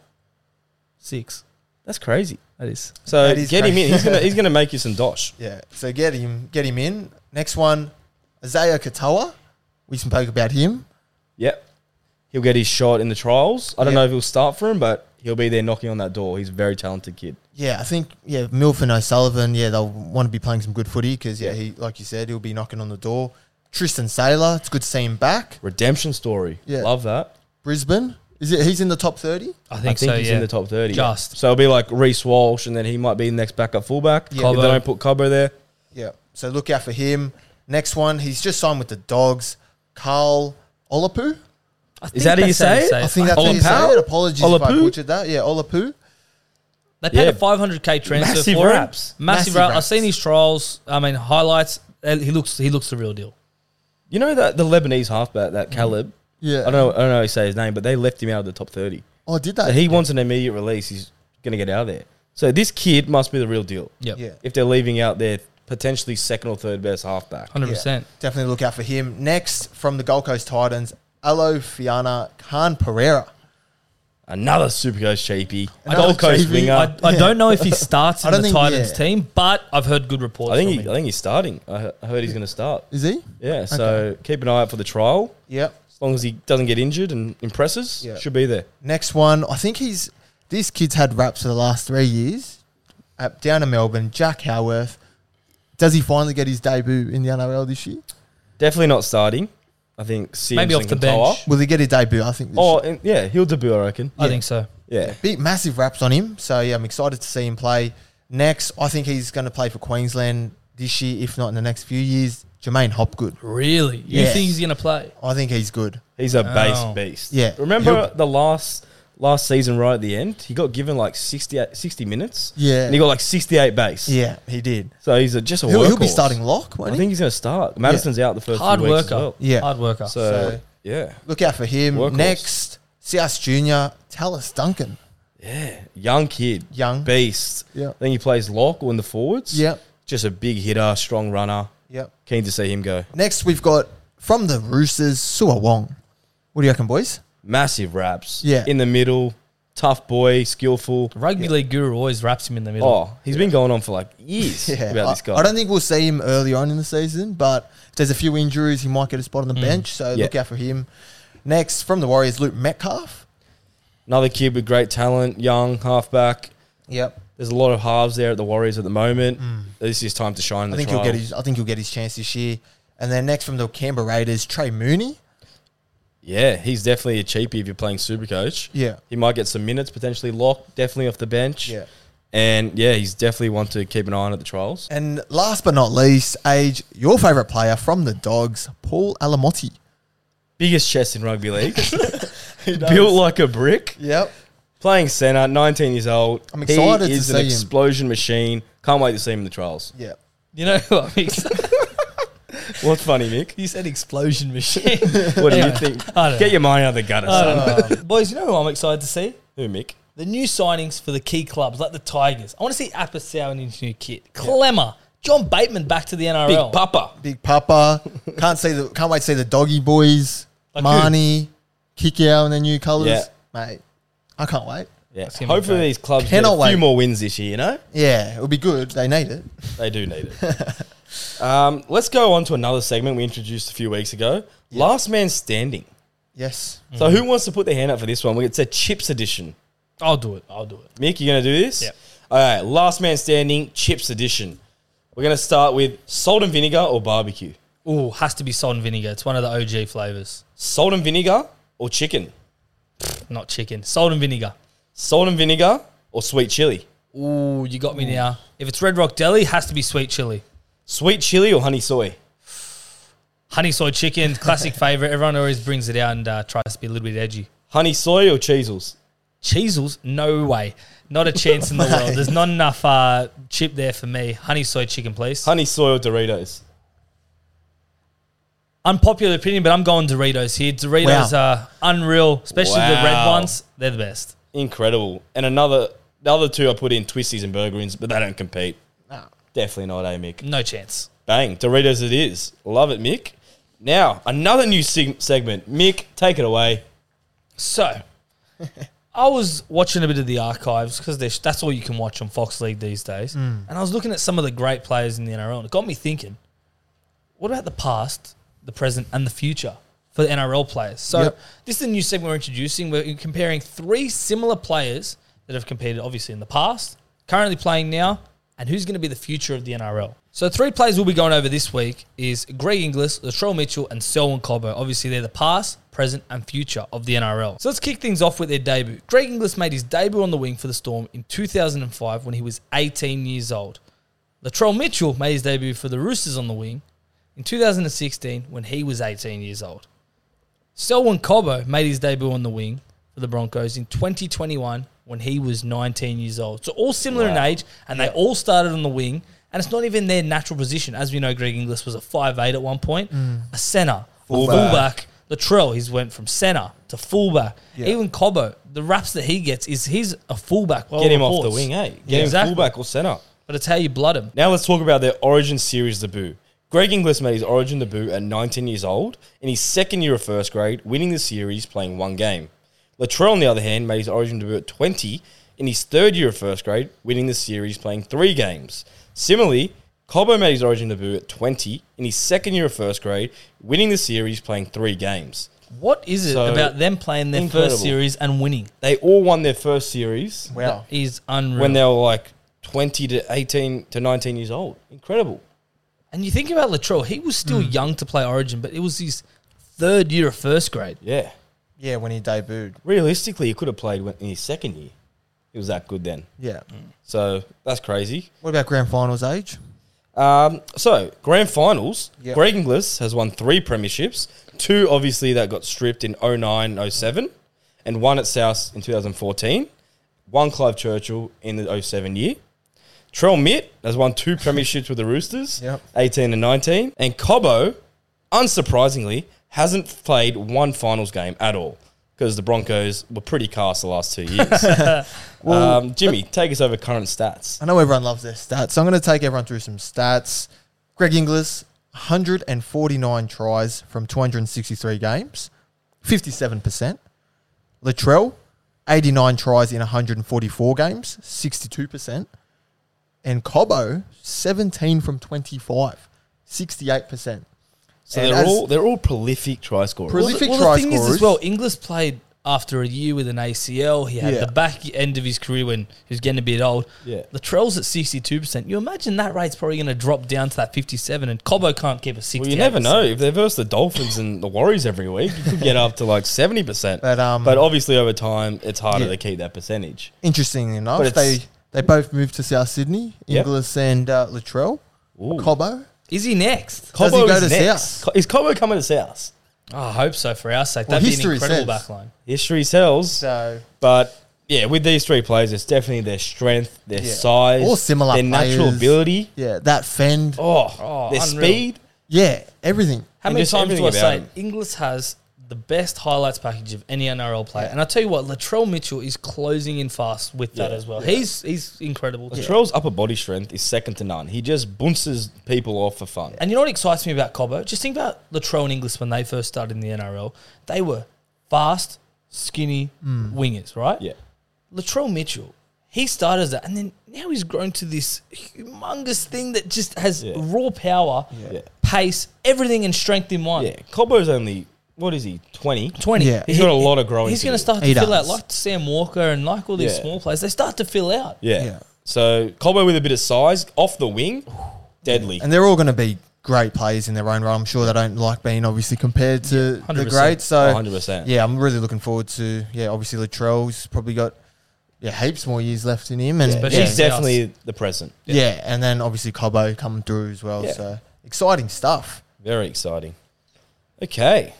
B: six.
C: That's crazy.
B: That is.
C: So
A: That is
C: get him in.
A: crazy.
C: He's gonna he's gonna make you some dosh.
A: yeah. So get him get him in. Next one, Isaiah Katoa. We spoke about him.
C: Yep. He'll get his shot in the trials. I don't
A: Yeah.
C: know if he'll start for him, but he'll be there knocking on that door. He's a very talented kid.
A: Yeah, I think yeah, Milf and O'Sullivan, yeah, they'll want to be playing some good footy because yeah,
C: Yeah.
A: he like you said, he'll be knocking on the door. Tristan Saylor, it's good to see him back.
C: Redemption story.
A: Yeah.
C: Love that.
A: Brisbane, is it? He's in the top thirty.
B: I
C: I
B: think,
C: think,
B: so,
C: he's
B: yeah.
C: in the top 30.
B: Just.
C: So it'll be like Reese Walsh, and then he might be the next backup fullback.
A: Yeah.
C: If they don't put Cobbo there.
A: Yeah, so look out for him. Next one, he's just signed with the Dogs. Carl Olapu,
B: I
C: Is
B: think
C: that how you
B: that's how
C: say it?
A: I think that's
B: it.
A: how you say
C: Olapau?
A: it. Apologies if I
C: Olapu?
A: butchered that. Yeah, Olapu.
B: They paid
C: Yeah.
B: a 500k transfer
C: Massive
B: for
C: raps.
B: him. Massive,
A: Massive
B: rap. I've
A: raps.
B: seen his trials. I mean highlights. Uh, He looks. He looks the real deal.
C: You know that the Lebanese halfback,
B: Mm.
C: that Caleb.
A: Yeah,
C: I don't know. I don't know how you say his name, but they left him out of the top 30.
A: Oh, did
C: So
A: that?
C: he wants an immediate release. He's gonna get out of there. So this kid must be the real deal.
B: Yep.
A: yeah,
C: If they're leaving out their potentially second or third best halfback.
B: Hundred
A: yeah.
B: percent.
A: Definitely look out for him. Next from the Gold Coast Titans, Alo Fiana Khan Pereira.
C: Another Supercoach cheapie.
A: Another
C: Gold Coast
A: cheapie.
C: winger.
B: I,
C: I,
B: I
A: Yeah.
B: don't know if he starts
A: I
B: in
A: don't
B: the
A: think-
B: Titans
A: yeah.
B: team, but I've heard good reports.
C: think
B: from
C: he, I
B: him.
C: think he's starting. I, he- I heard he's going to start.
A: Is he?
C: Yeah, so keep an eye out for the trial.
A: Yep.
C: As long as he doesn't get injured and impresses,
A: Yeah.
C: should be there.
A: Next one, I think he's this kid's had raps for the last three years. Up down in Melbourne, Jack Howarth. Does he finally get his debut in the NRL this year?
C: Definitely not starting. I think CM's
B: Maybe off the bench.
A: Will he get his debut? I think. This
C: Oh,
A: oh,
C: and yeah, he'll debut. I reckon.
B: I think so.
C: Yeah,
A: big massive raps on him. So yeah, I'm excited to see him play. Next, I think he's going to play for Queensland this year, if not in the next few years. Jermaine Hopgood.
B: Really, you
A: Yes.
B: think he's going to play?
A: I think he's good.
C: he's a base
B: Oh.
C: beast.
A: Yeah.
C: Remember
A: He'll-
C: the last last season, right at the end, he got given like 68, 60 minutes.
A: Yeah.
C: and he got like sixty-eight base.
A: Yeah, he did.
C: so he's a, just a
A: He'll, he'll be
C: workhorse.
A: starting lock,
C: I
A: won't he?
C: think he's going to start. Madison's out the first
B: Hard
C: few weeks as
B: worker.
C: well.
A: Yeah.
B: Hard worker.
C: So,
A: So-
C: yeah,
A: Look out for him.
C: Workhorse.
A: Next, CS Junior, Talis Duncan.
C: yeah, young kid,
A: Young.
C: beast.
A: Yeah.
C: Then he plays lock or in the forwards.
A: Yep.
C: just a big hitter, strong runner.
A: Yep.
C: Keen to see him go.
A: Next, we've got from the Roosters, Sua Wong. What do you reckon, boys?
C: Massive raps.
A: Yeah.
C: in the middle, tough boy, skillful.
B: Rugby league guru always wraps him in the middle.
C: Oh, he's been going on for like years about
A: I,
C: this guy.
A: I don't think we'll see him early on in the season, but if there's a few injuries, he might get a spot on the bench. So
C: Mm. Yeah.
A: look out for him. Next, from the Warriors, Luke Metcalf.
C: Another kid with great talent, young halfback.
A: Yep.
C: There's a lot of halves there at the Warriors at the moment. This is time to shine. In
A: Mm. I
C: the
A: think he'll get
C: trials.
A: his. I think he'll get his chance this year. And then next from the Canberra Raiders, Trey Mooney.
C: Yeah, he's definitely a cheapie if you're playing Supercoach.
A: Yeah.
C: He might get some minutes, potentially locked, definitely off the bench.
A: Yeah.
C: And yeah, he's definitely one to keep an eye on at the trials.
A: And last but not least, age your favorite player from the Dogs, Paul Alamotti.
C: Biggest chest in rugby league. Built like a brick.
A: Yep.
C: Playing centre, 19 years old.
A: I'm excited to
C: He is
A: see
C: an
A: him.
C: explosion machine. Can't wait to see him in the trials.
A: Yep.
B: You know what? Mix?
C: What's funny, Mick?
B: you said explosion machine.
C: What do you
B: Anyway,
C: think?
B: I don't
C: Get your mind out of the gutter,
B: I
C: son.
B: don't know. Um, Boys, you know who I'm excited to see?
C: Who, Mick?
B: The new signings for the key clubs, like the Tigers. I want to see Apasau in his new kit. Clemmer, John Bateman back to the NRL.
C: Big Papa.
A: Big Papa. Can't see the can't wait to see the doggy boys.
B: Like who?
A: Marnie, Kiki out in their new colours.
C: Yeah.
A: Mate. I can't wait.
C: Yeah.
B: him
C: Hopefully
B: in
C: these clubs get
A: Cannot
C: a few
A: wait.
C: more wins this year, you know?
A: Yeah, it'll be good. They need it.
C: They do need it. um, let's go on to another segment we introduced a few weeks ago. Last man standing.
A: Yes.
C: So who wants to put their hand up for this one? We- It's a chips edition.
B: I'll do it. I'll do it.
C: Mick, you gonna do this?
B: Yep.
C: All right, last man standing, chips edition. We're gonna start with salt and vinegar or barbecue.
B: Ooh, has to be salt and vinegar. It's one of the OG flavors,
C: Salt and vinegar or chicken.
B: not chicken. Salt and vinegar.
C: Salt and vinegar or sweet chili.
B: Ooh, you got me now. If it's Red Rock Deli, has to be sweet chili.
C: Sweet chili or honey soy.
B: Honey soy chicken, classic favorite. Everyone always brings it out and uh, tries to be a little bit edgy.
C: Honey soy or cheesels.
B: Cheezels, no way. Not a chance in the world. There's not enough uh, chip there for me. Honey soy chicken, please.
C: Honey soy or Doritos.
B: Unpopular opinion, but I'm going Doritos here. Doritos are unreal, especially the red
C: Wow.
B: ones. They're the best.
C: Incredible. And another the other two I put in twisties and burger Ins, but they don't compete.
A: No.
C: Definitely not, eh, Mick?
B: No chance.
C: Bang. Doritos it is. Love it, Mick. Now, another new sig- segment. Mick, take it away.
B: So, I was watching a bit of the archives because that's all you can watch on Fox League these days. And I was looking at some of the great players in the NRL, and it got me thinking: what about the past, the present, and the future for the NRL players? So,
A: Yep.
B: this is a new segment we're introducing. We're comparing three similar players that have competed, obviously, in the past, currently playing now, and who's going to be the future of the NRL. So, three players we'll be going over this week is Greg Inglis, Latrell Mitchell, and Selwyn Cobbo. Obviously, they're the past, present, and future of the NRL. So, let's kick things off with their debut. Greg Inglis made his debut on the wing for the Storm in 2005 when he was 18 years old. Latrell Mitchell made his debut for the Roosters on the wing in 2016 when he was 18 years old. Selwyn Cobbo made his debut on the wing for the Broncos in 2021 when he was 19 years old. So all similar in
C: Wow.
B: age, and they all started on the wing, and it's not even their natural position. As we know, Greg Inglis was a 5'8 at one point, a centre,
C: Mm. Fullback.
B: a fullback. Latrell, he's went from centre to fullback.
A: Yeah.
B: Even Cobbo, the raps that he gets is he's a fullback. well
C: Get him off
B: reports.
C: the wing, eh? Get
B: Yeah,
C: him
B: exactly.
C: fullback or center.
B: But it's how you blood him.
C: Now let's talk about their Origin Series debut. Greg Inglis made his Origin debut at 19 years old in his second year of first grade, winning the series playing one game. Latrell, on the other hand, made his Origin debut at 20 in his third year of first grade, winning the series playing three games. Similarly, Cobbo made his Origin debut at 20 in his second year of first grade, winning the series playing three games.
B: What is it
C: So,
B: about them playing their
C: incredible.
B: first series and winning?
C: They all won their first series
A: Wow.
B: That is unreal.
C: when they were like 20 to 18 to 19 years old. Incredible.
B: and you think about Latrell, he was still young to play Origin, but it was his third year of first grade.
C: Yeah.
A: Yeah, when he debuted.
C: realistically, he could have played when- in his second year. He was that good then.
A: Yeah.
C: So that's crazy.
A: What about grand finals age?
C: Um, so grand finals,
A: Yep.
C: Greg Inglis has won three premierships. Two, obviously, that got stripped in 09, 07, and one at South in 2014. One Clive Churchill in the 07 year. Trell Mitt has won two premierships with the Roosters,
A: Yep.
C: 18 and 19. And Cobbo, unsurprisingly, hasn't played one finals game at all because the Broncos were pretty cast the last two years. um, Jimmy, take us over current stats.
A: I know everyone loves their stats, so I'm going to take everyone through some stats. Greg Inglis, 149 tries from 263 games, 57%. Latrell, 89 tries in 144 games, 62%. And Cobbo, 17 from 25, 68%.
C: So
A: And
C: they're
A: as-
C: all they're all prolific try scorers.
A: Prolific
B: well, the,
A: try
B: thing is as
A: scorers.
B: well, Inglis played after a year with an ACL. He had
A: Yeah.
B: the back end of his career when he was getting a bit old.
C: Yeah.
B: Latrell's at 62%. You imagine that rate's probably going to drop down to that 57 and Cobbo can't keep a 60
C: Well, you never know. If they verse the Dolphins and the Warriors every week, you could get up to like seventy percent.
A: But, um,
C: but obviously over time, it's harder
A: Yeah.
C: to keep that percentage.
A: Interestingly enough,
C: But
A: they,
C: it's-
A: they both moved to South Sydney,
C: Yep.
A: Inglis and uh, Latrell.
C: Ooh.
A: Cobbo,
B: Is he next?
A: Does he
C: Cobbo
A: go
C: is
A: to
C: next.
A: South?
C: Co- Is Cobo coming to South?
B: Oh, I hope so for our sake.
A: Well,
B: That'd be an
A: history
B: incredible
A: says-
B: backline.
C: History sells,
A: so
C: but yeah, with these three players, it's definitely their strength, their
A: Yeah.
C: size,
A: All similar
C: their natural
A: players.
C: ability.
A: Yeah, that fend.
C: Oh,
B: Oh,
C: their
B: unreal.
C: speed.
A: Yeah, everything.
B: How
C: And
B: many
C: just
B: times do I
C: everything
B: say
C: about
B: Inglis has the best highlights package of any NRL player? And I tell you what, Latrell Mitchell is closing in fast with that
C: Yeah.
B: as well. He's he's incredible. too.
C: Latrell's upper body strength is second to none. He just bounces people off for fun.
B: And you know what excites me about Cobbo? Just think about Latrell and Inglis when they first started in the NRL. They were fast, skinny wingers, right?
C: Mm. Yeah.
B: Latrell Mitchell, he started as that, and then now he's grown to this humongous thing that just has
C: Yeah.
B: raw power,
C: Yeah.
B: pace, everything, and strength in one.
C: Yeah. Cobbo's only, what is he, 20?
B: 20.
A: Yeah.
C: He's got a lot of growing.
B: He's
C: to
B: going to
C: do.
B: start to
A: He
B: fill out
A: does.
B: like Sam Walker and like all these
C: Yeah.
B: small players. They start to fill out.
C: Yeah.
A: Yeah.
C: So Cobbo with a bit of size off the wing, deadly.
A: And they're all going to be great players in their own right. I'm sure they don't like being obviously compared to the
B: 100%.
A: greats.
C: Oh,
A: So,
C: 100%.
A: yeah, I'm really looking forward to, yeah, obviously Latrell's probably got yeah, heaps more years left in him. And
B: Especially-
A: yeah,
C: He's definitely the present.
A: yeah, and then obviously Cobbo coming through as well.
C: Yeah.
A: So, exciting stuff.
C: Very exciting. Okay.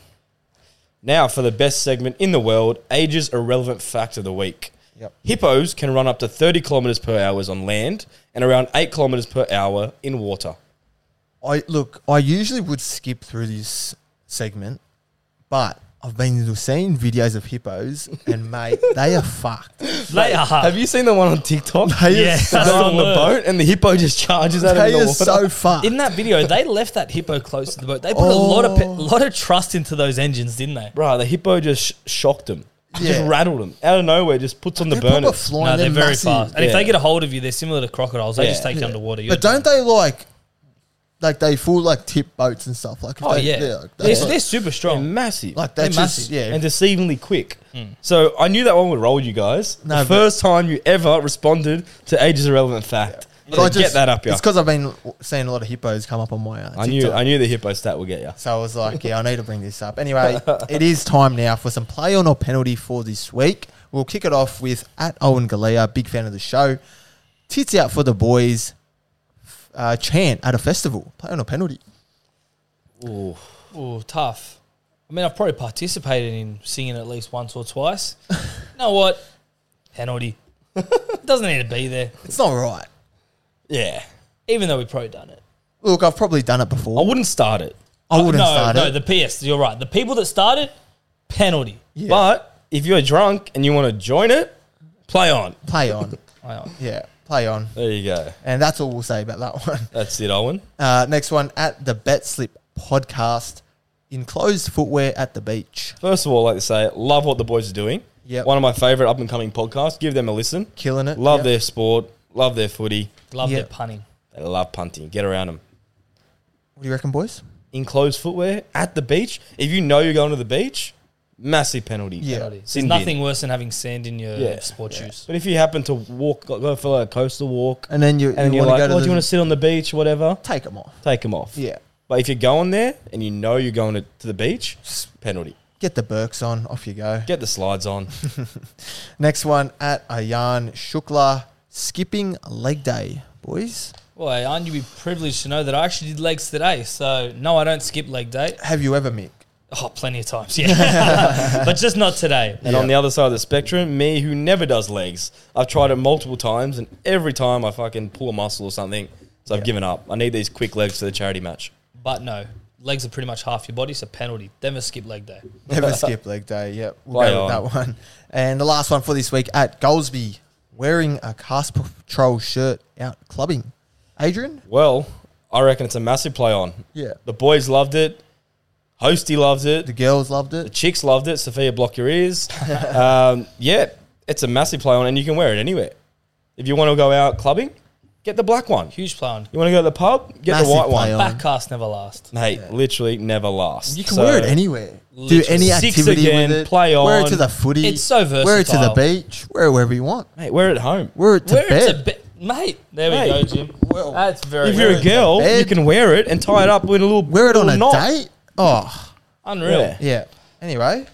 C: Now for the best segment in the world, ages irrelevant fact of the week.
A: Yep.
C: Hippos can run up to 30 kilometers per hour on land and around 8 kilometers per hour in water.
A: I look, I usually would skip through this segment, but I've been seeing videos of hippos, and mate, they are fucked.
B: They are.
C: Have you seen the one on TikTok?
A: They
B: Yeah.
A: are
C: They're
B: That's the
A: so,
C: on Ah. the
B: word.
C: boat and the hippo just charges at
A: they
C: him in the
A: are
C: water.
A: so fucked.
B: in that video, they left that hippo close to the boat. They put a lot of pe-
A: Oh.
B: lot of trust into those engines, didn't they?
C: Bruh, the hippo just sh- shocked him. Just
A: Yeah.
C: rattled him. Out of nowhere, just puts on the
A: they're proper
C: burners.
A: flying.
B: No, they're, very
A: massive.
B: fast. And if
C: Yeah.
B: they get a hold of you, they're similar to crocodiles. They
C: Yeah.
B: just take you
A: Yeah.
B: underwater. You're
A: But don't they like, like they full like tip boats and stuff? Like, if
B: Oh
A: they,
B: yeah,
A: they're,
B: they're,
A: like, that's
B: they're
A: like-
B: super
C: They're
B: strong.
C: massive.
A: like they're
B: they're
A: just
B: massive.
A: yeah.
C: and deceivingly quick. So I knew that one would roll you guys.
A: No,
C: the
A: but-
C: first time you ever responded to ages irrelevant fact.
A: But
C: So
A: I just-
C: get that up, yeah.
A: It's because I've been w- seeing a lot of hippos come up on my. Uh,
C: I knew
A: TikTok.
C: I knew the hippo stat would get you.
A: So I was like, yeah, I need to bring this up. Anyway, it is time now for some play on or penalty for this week. We'll kick it off with at Owen Galea, big fan of the show. Tits out for the boys uh, chant at a festival. Play on or penalty.
B: Ooh, tough. I mean, I've probably participated in singing at least once or twice. you know what? Penalty. it doesn't need to be there,
A: It's not right.
C: Yeah.
B: even though we've probably done it.
A: Look, I've probably done it
C: I
A: before.
C: wouldn't start it.
A: I wouldn't
B: no,
A: start
B: no,
A: it.
B: the PS. You're right. The people that started, penalty.
A: Yeah.
C: But if you're drunk and you want to join it, play on.
A: play on.
B: I know.
A: Yeah, play on.
C: There you go.
A: And that's all we'll say about that one.
C: That's it, Owen.
A: Uh, next one at the Bet Slip podcast. Enclosed footwear at the beach.
C: First of all, I'd like to say, love what the boys are doing.
A: Yep.
C: One of my favorite up and coming podcasts. Give them a listen.
A: Killing it.
C: Love
A: Yep.
C: their sport. Love their footy.
B: Love
A: Yeah.
B: their punning.
C: They love punting. Get around them.
A: What do you reckon, boys?
C: Enclosed footwear at the beach. If you know you're going to the beach, massive penalty.
A: Yeah.
B: Penalty. There's
C: Sin bin.
B: nothing worse than having sand in your
C: Yeah.
B: sport shoes.
C: But if you happen to walk, go- go for like a coastal walk,
A: And then you,
C: and
A: you
C: you're
A: want to
C: like,
A: go to
C: oh,
A: the,
C: do you want to sit on the beach, whatever,
A: take them off.
C: take them off.
A: Yeah.
C: But if you're going there and you know you're going to, to the beach, penalty.
A: Get the Burks on. Off you go.
C: Get the slides on.
A: Next one at Ayan Shukla. Skipping leg day, boys.
B: Boy, aren't you be privileged to know that I actually did legs today? So no, I don't skip leg day.
A: Have you ever, Mick?
B: Oh, plenty of times, yeah, but just not today.
C: And
A: Yeah.
C: on the other side of the spectrum, me who never does legs. I've tried it multiple times, and every time I fucking pull a muscle or something. So I've given up. I need these quick legs for the charity match.
B: But no, legs are pretty much half your body, so penalty. Never skip leg day.
A: Never skip leg day. Yep. We'll
C: Play
A: go with
C: on.
A: that one. And the last one for this week at Goldsby. Wearing a cast patrol shirt out clubbing. Adrian?
C: Well, I reckon it's a massive play on.
A: Yeah.
C: The boys loved it. Hosty loved it.
A: The girls loved
C: The
A: it.
C: chicks loved it. Sophia, block your ears. um, yeah, it's a massive play on, and you can wear it anywhere. If you want to go out clubbing, get the black one.
B: Huge play on.
C: You want to go to the pub, get
A: Massive
C: the white
A: play
C: one.
A: on.
B: Back cast never last.
C: Mate, literally never lasts.
A: You can
C: So,
A: wear it anywhere. Do
B: Literally.
A: any
C: Six
A: activity
C: again,
A: with it.
C: play
A: Wear
C: on.
A: it to the footy.
B: It's so
A: Wear it to the
B: versatile.
A: beach. Wear it wherever you want.
C: Mate, wear it at home.
A: Wear it to
B: Where
A: bed.
B: it's a bit, mate. There
C: Mate.
B: we go, Jim.
A: Well,
B: That's very
C: If you're a
B: good.
C: girl,
A: bed.
C: you can wear it and tie it up with a little.
A: Wear it on
C: little
A: a
C: knot.
A: date. Oh,
B: unreal.
C: Yeah.
A: Yeah. Anyway,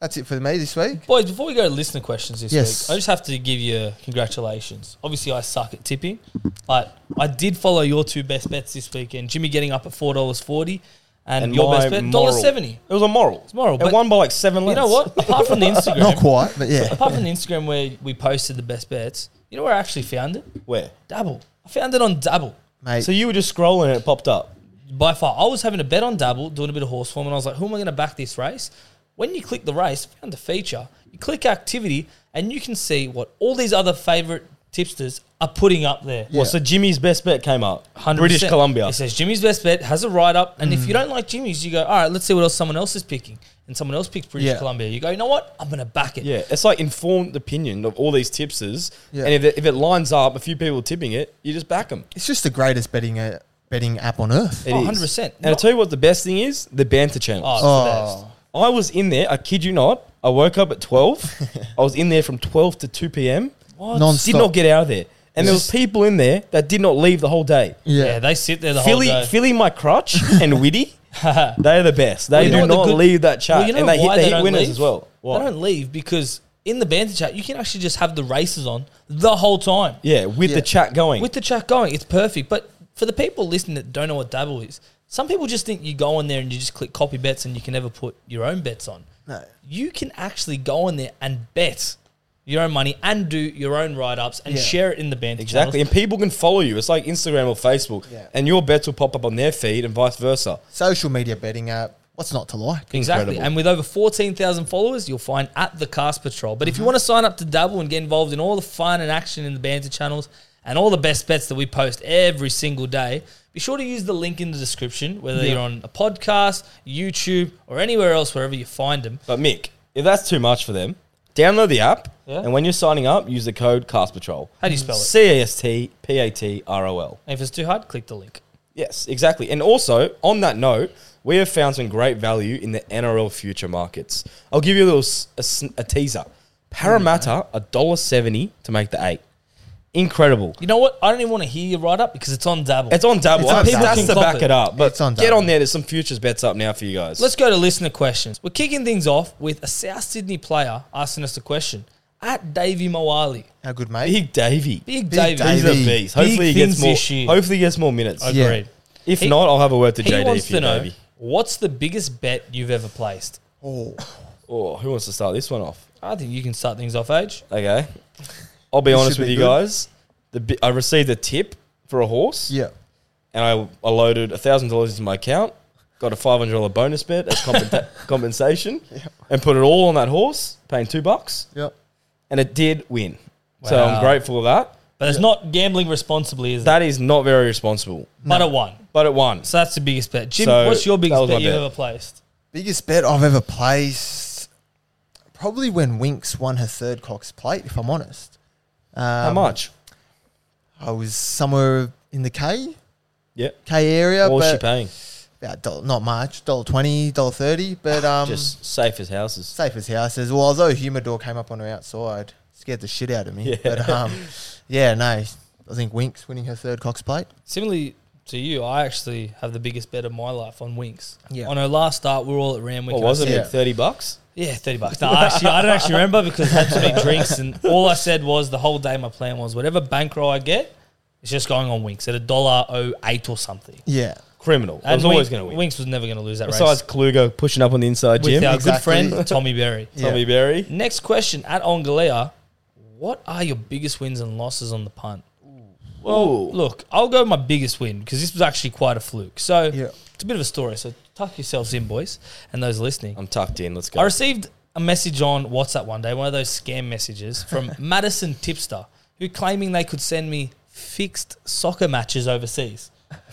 A: that's it for me this week.
B: Boys, before we go to listener questions this
A: Yes.
B: week, I just have to give you congratulations. Obviously, I suck at tipping, but I did follow your two best bets this weekend. Jimmy getting up at four dollars forty, And,
C: And
B: your
C: my
B: best bet, dollar
C: moral-
B: seventy.
C: It was a moral. It's
B: moral,
C: It
B: but-
C: won by like seven
B: You
C: lengths.
B: know what? Apart from the Instagram,
A: Not quite, but yeah.
B: apart from the Instagram where we posted the best bets, you know where I actually found it?
C: Where?
B: Dabble. I found it on Dabble.
A: Mate,
C: So you were just scrolling and it popped up.
B: By far, I was having a bet on Dabble, doing a bit of horse form, and I was like, "Who am I going to back this race?" When you click the race, found the feature, you click activity, and you can see what all these other favorite tipsters are putting up there.
A: Yeah.
C: Well, so Jimmy's best bet came up.
B: 100%.
C: British Columbia. Mm.
B: It says Jimmy's best bet has a write up, and if you don't like Jimmy's, you go, all right, let's see what else someone else is picking, and someone else picks British
A: Yeah.
B: Columbia. You go, you know what? I'm gonna back it.
C: Yeah, it's like informed opinion of all these tipsters.
A: Yeah.
C: And if it, if it lines up, a few people tipping it, you just back them.
A: it's just the greatest betting uh, betting app on earth.
C: It
B: Oh,
C: is.
B: 100%.
C: And I'll tell you what the best thing is the banter channel.
B: Oh, it's the
A: Oh,
B: best.
C: I was in there, I kid you not. I woke up at 12. I was in there from 12 to 2 p.m.
B: What?
A: Non-
C: Did
A: Stop.
C: not get out of there. And there was people in there that did not leave the whole day.
A: yeah.
B: yeah, they sit there the
C: Philly,
B: whole day.
C: Philly, my crutch, and Witty, they're the best. They
B: you know
C: do
B: what the
C: not
B: good-
C: leave that chat,
B: Well, you know
C: and they hit,
B: why
C: they
B: they
C: hit
B: don't
C: winners
B: leave?
C: as well. What?
B: They don't leave because in the banter chat, you can actually just have the races on the whole time
C: Yeah, with
A: Yeah.
C: the chat going.
B: with the chat going. It's perfect. But for the people listening that don't know what Dabble is, some people just think you go on there and you just click copy bets and you can never put your own bets on.
A: No.
B: you can actually go in there and bet your own money and do your own write ups and
A: Yeah.
B: share it in the banter
C: exactly,
B: channels.
C: and people can follow you. It's like Instagram or Facebook,
A: Yeah.
C: and your bets will pop up on their feed, and vice versa.
A: Social media betting app. What's not to like?
B: Exactly.
C: Incredible.
B: And with over 14,000 followers, you'll find at the Cast Patrol. But if you
A: Mm-hmm.
B: want to sign up to Dabble and get involved in all the fun and action in the banter channels and all the best bets that we post every single day, be sure to use the link in the description, whether you're on a podcast, YouTube, or anywhere else, wherever you find them.
C: But Mick, if that's too much for them, download the app,
B: Yeah.
C: and when you're signing up, use the code Cast Patrol.
B: How do you spell it?
C: C A S T P A T R O L.
B: And if it's too hard, click the link.
C: Yes, exactly. And also, on that note, we have found some great value in the NRL future markets. I'll give you a little s- a, sn- a teaser. Parramatta, a dollar seventy to make the eight. Incredible.
B: You know what? I don't even want to hear your write up because it's on Dabble.
C: It's on double.
A: It's on
C: people
A: Dabble.
C: can
B: People can
C: back
B: cop
C: it
B: it.
C: up. But
A: It's on
C: get
A: Dabble.
C: on there. There's some futures bets up now for you guys.
B: Let's go to listener questions. We're kicking things off with a South Sydney player asking us a question at Davey Moali.
A: How good, mate?
C: Big Davy.
B: Big,
A: Big
B: Davey.
A: Davey.
C: He's a
A: Davey.
C: beast. Hopefully he
B: Big
C: gets
B: things
C: more.
B: this year.
C: Hopefully he gets more minutes.
A: Yeah.
B: Agreed.
C: If
B: He-
C: not, I'll have a word to
B: He
C: JD
B: wants
C: for
B: to
C: you,
B: know
C: Davey.
B: what's the biggest bet you've ever placed?
A: Oh,
C: Oh, who wants to start this one off?
B: I think you can start things off, Age.
C: Okay. I'll be honest
A: should
C: with
A: be
C: you
A: good.
C: guys. The bi- I received a tip for a horse,
A: yeah.
C: and I, I loaded thousand dollars into my account. Got a five hundred dollar bonus bet as compensa- compensation, and put it all on that horse, paying two bucks,
A: Yep.
C: and it did win. So
B: Wow.
C: I'm grateful for that.
B: But it's not gambling responsibly, is it?
C: That is not very responsible,
B: But a one.
C: but it won.
B: So that's the biggest bet. Jim,
C: So
B: what's your
C: that
B: biggest
C: was
B: bet
C: my
B: you've
C: bet.
B: ever placed?
A: Biggest bet I've ever placed. Probably when Winks won her third Cox plate, if I'm honest. Um,
C: How much?
A: I was somewhere in the K
C: Yeah.
A: K area,
C: What was she
A: but
C: paying?
A: about dollar, not much, dollar twenty, dollar thirty, but um,
C: Ah, Just safe as houses.
A: safe as houses. Well, although humidor came up on her outside, scared the shit out of me.
C: Yeah.
A: But um, yeah, no, I think Winks winning her third Cox plate.
B: Similarly to you, I actually have the biggest bet of my life on Winks.
A: Yeah.
B: On her last start, we were all at Ramwick.
C: What
B: and I
C: was it?
A: Yeah.
C: Mick? Thirty bucks.
B: Yeah, thirty bucks. No, actually, I don't actually remember because I had too many drinks, and all I said was the whole day. My plan was whatever bankroll I get, it's just going on Winks at a dollar oh eight or something.
A: Yeah,
C: Criminal. I
B: And
C: was always
B: Winx-
C: going to win.
B: Winks was never going to lose that
C: Besides Kluger pushing up on the inside,
B: race with
C: Jim.
B: our
A: Exactly.
B: good friend Tommy Berry.
A: Yeah.
C: Tommy Berry.
B: Next question at Ongalea, what are your biggest wins and losses on the punt?
C: Whoa.
B: Look, I'll go with my biggest win because this was actually quite a fluke. So
A: Yeah.
B: it's a bit of a story. So tuck yourselves in, boys, and those listening.
C: I'm tucked in. Let's go.
B: I received a message on WhatsApp one day, one of those scam messages from Madison Tipster, who claiming they could send me fixed soccer matches overseas.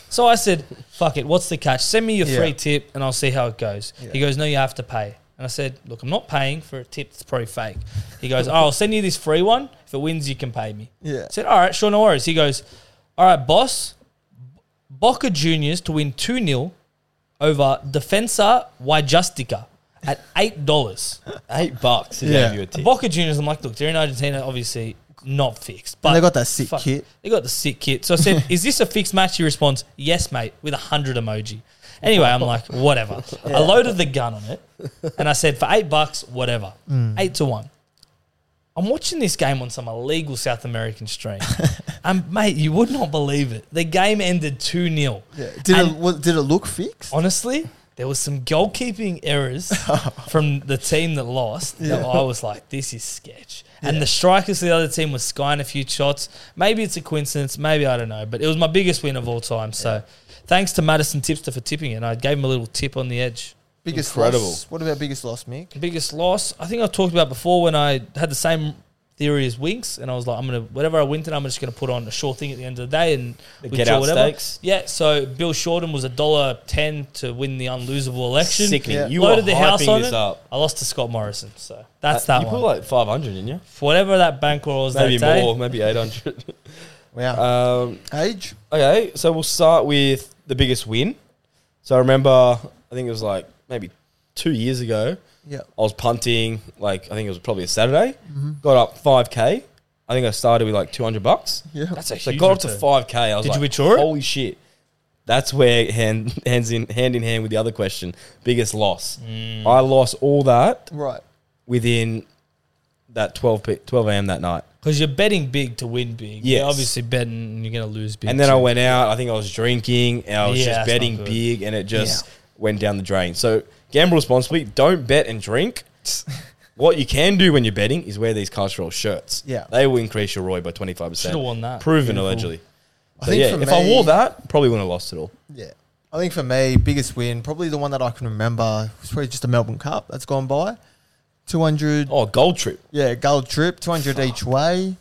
B: So I said, "Fuck it, what's the catch? Send me your
A: Yeah.
B: free tip, and I'll see how it goes." He goes, "No, you have to pay." And I said, "Look, I'm not paying for a tip that's probably fake." He goes, "Oh, I'll send you this free one. If it wins, you can pay me."
A: yeah,
B: I said, all right, sure, no worries. He goes, all right, boss, Boca Juniors to win 2 0 over Defensa Wajustica at $8.
C: Eight bucks to
A: Yeah.
C: give you a tip.
B: Boca Juniors, I'm like, look, they're in Argentina, obviously not fixed. But
A: they got that sick kit.
B: They got the sick kit. So I said, is this a fixed match? He responds, yes, mate, with a 100 emoji. Anyway, I'm like, whatever. I loaded the gun on it and I said, for eight bucks, whatever.
A: Mm.
B: Eight to one. I'm watching this game on some illegal South American stream. and, mate, you would not believe it. The game ended 2 0.
A: yeah. Did it
B: And-
C: Oh,
A: it did it look fixed?
B: Honestly, there was some goalkeeping errors from the team that lost. That I was like, this is sketch. And the strikers for the other team was skying a few shots. Maybe it's a coincidence. Maybe I don't know. But it was my biggest win of all time. So thanks to Madison Tipster for tipping it. And I gave him a little tip on the edge.
A: Biggest
C: Incredible.
A: loss. What about biggest loss, Mick?
B: Biggest loss. I think I talked about before when I had the same theory as Winks, and I was like, I'm gonna whatever I win today, I'm just gonna put on a sure thing at the end of the day and
C: The
B: we
C: get
B: draw
C: out stakes?
B: Yeah. So Bill Shorten was a dollar ten to win the unlosable election.
C: Sickening.
A: Yeah.
C: You
B: Loaded
C: are
B: the house
C: hyping
B: on
C: this
B: it.
C: up.
B: I lost to Scott Morrison, so that's
C: Uh,
B: that
C: you
B: one.
C: put like 500, didn't you?
B: Whatever that bank was
C: Maybe
B: that day.
C: more, maybe 800.
A: Wow.
C: um,
A: Age?
C: Okay, so we'll start with the biggest win. So I remember, I think it was like maybe two years ago,
A: Yeah.
C: I was punting, like, I think it was probably a Saturday, got up 5K. I think I started with like 200 bucks.
A: Yeah.
B: That's a
C: So I
B: huge
C: got up to
B: return.
C: 5K. I was
B: Did you
C: like,
B: withdraw it?
C: holy shit. That's where hand, hands in, hand in hand with the other question biggest loss.
B: Mm.
C: I lost all that
A: Right.
C: within that 12, p- 12 a.m. that night.
B: Because you're betting big to win big. Yeah,
C: Yes.
B: obviously betting and you're gonna lose big.
C: And then I
B: too.
C: went out. I think I was drinking. And I was
B: Yeah,
C: just
B: that's not
C: betting
B: good.
C: big, and it just went down the drain. So gamble responsibly. Don't bet and drink. what you can do when you're betting is wear these cultural shirts.
A: Yeah.
C: they will increase your ROI by twenty five
B: Should've
C: percent.
B: won that.
C: Proven
B: Beautiful.
C: allegedly.
A: I
C: So
A: think
C: yeah,
A: for
C: if I wore
A: me-
C: that, probably wouldn't have lost it all.
A: Yeah. I think for me, biggest win, probably the one that I can remember, was probably just the Melbourne Cup that's gone by. 200,
C: Oh, gold trip.
A: yeah, gold trip, 200 each way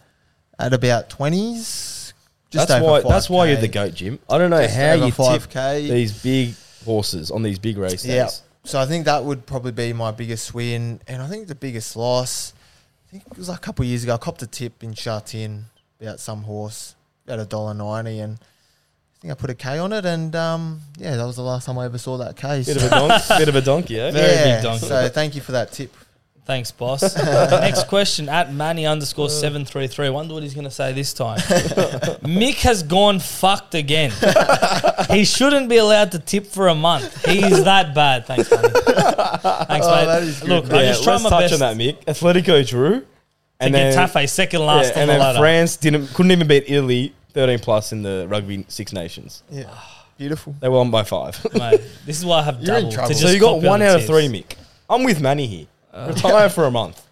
A: at about 20s. Just
C: that's
A: over
C: why. That's why
A: 5K.
C: you're the goat, Jim. I don't know
A: Just
C: how
A: over
C: you
A: 5K.
C: tip these big horses on these big race days.
A: Yeah. So I think that would probably be my biggest win. And I think the biggest loss, I think it was like a couple of years ago, I copped a tip in Chartin about some horse at a dollar ninety and I think I put a K on it and um, yeah, that was the last time I ever saw that K.
C: Bit
A: so-
C: of a donkey. bit of a donkey. Eh?
B: very big
A: yeah,
B: donkey.
A: So thank you for that tip.
B: Thanks, boss. Next question at Manny
C: Uh.
B: underscore seven three three. Wonder what he's going to say this time. Mick has gone fucked again. he shouldn't be allowed to tip for a month. He's that bad. Thanks, Manny. Thanks,
A: Oh,
B: mate.
A: that is good.
B: Look,
C: Yeah,
B: I just try
C: let's
B: my
C: touch
B: best
C: on that, Mick. Atletico drew,
B: to
C: and
B: get
C: then
B: Tafe second last on
C: Yeah, and
B: the
C: then
B: ladder.
C: France didn't couldn't even beat Italy 13 plus in the Rugby Six Nations.
A: Yeah. Beautiful.
C: They won by five.
B: Mate, this is why I have
A: You're in
B: double. to
A: trouble.
B: just
C: so you got
B: copy
C: one
B: other
C: out of
B: tips.
C: three, Mick. I'm with Manny here.
A: Uh.
C: Retire for a month,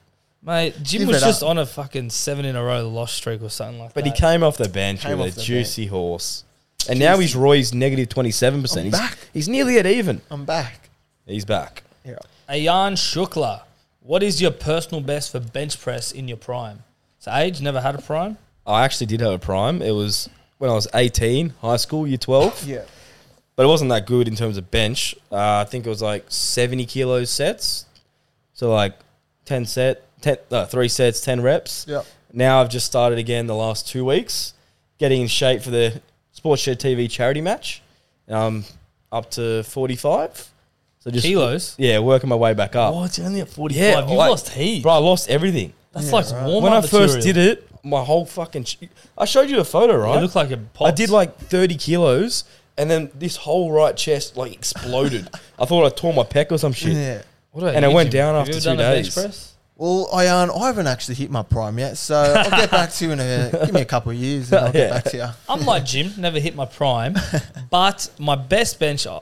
B: Mate, Jim
A: Give
B: was
A: it up.
B: just on a fucking seven in a row loss streak or something like
C: but
B: that.
C: he came off the bench
A: Came
C: with
A: off
C: a
A: the
C: juicy horse, and now he's Roy's negative 27. percent
A: I'm
C: He's
A: back.
C: he's nearly at even.
A: I'm back.
C: He's back.
A: Yeah.
B: Ayan Shukla, what is your personal best for bench press in your prime? So age never had a prime.
C: I actually did have a prime. It was when I was 18, high school, year 12.
A: Yeah.
C: but it wasn't that good in terms of bench. Uh, I think it was like 70 kilo sets. So like 10 set, 10, no, three sets, 10 reps.
A: Yep.
C: Now I've just started again the last two weeks, getting in shape for the Sports Shed TV charity match. And I'm up to 45. So just
B: Kilos?
C: Yeah, working my way back up.
B: Oh, it's only at 45.
C: Yeah,
B: You've
C: like-
B: lost heat.
C: Bro, I lost everything.
B: That's
A: Yeah,
B: like
A: right.
B: warm
C: when I first did it, my whole fucking. Ch- I showed you a photo, right?
B: it looked like a pop.
C: I did like 30 kilos, and then this whole right chest like exploded. I thought I tore my pec or some shit.
A: Yeah.
C: and it went down after two days.
B: Press?
A: Well, Ian, I haven't actually hit my prime yet, so I'll get back to you in a give me a couple of years and I'll get
C: Yeah.
A: back to you.
B: I'm like Jim, never hit my prime, but my best bench I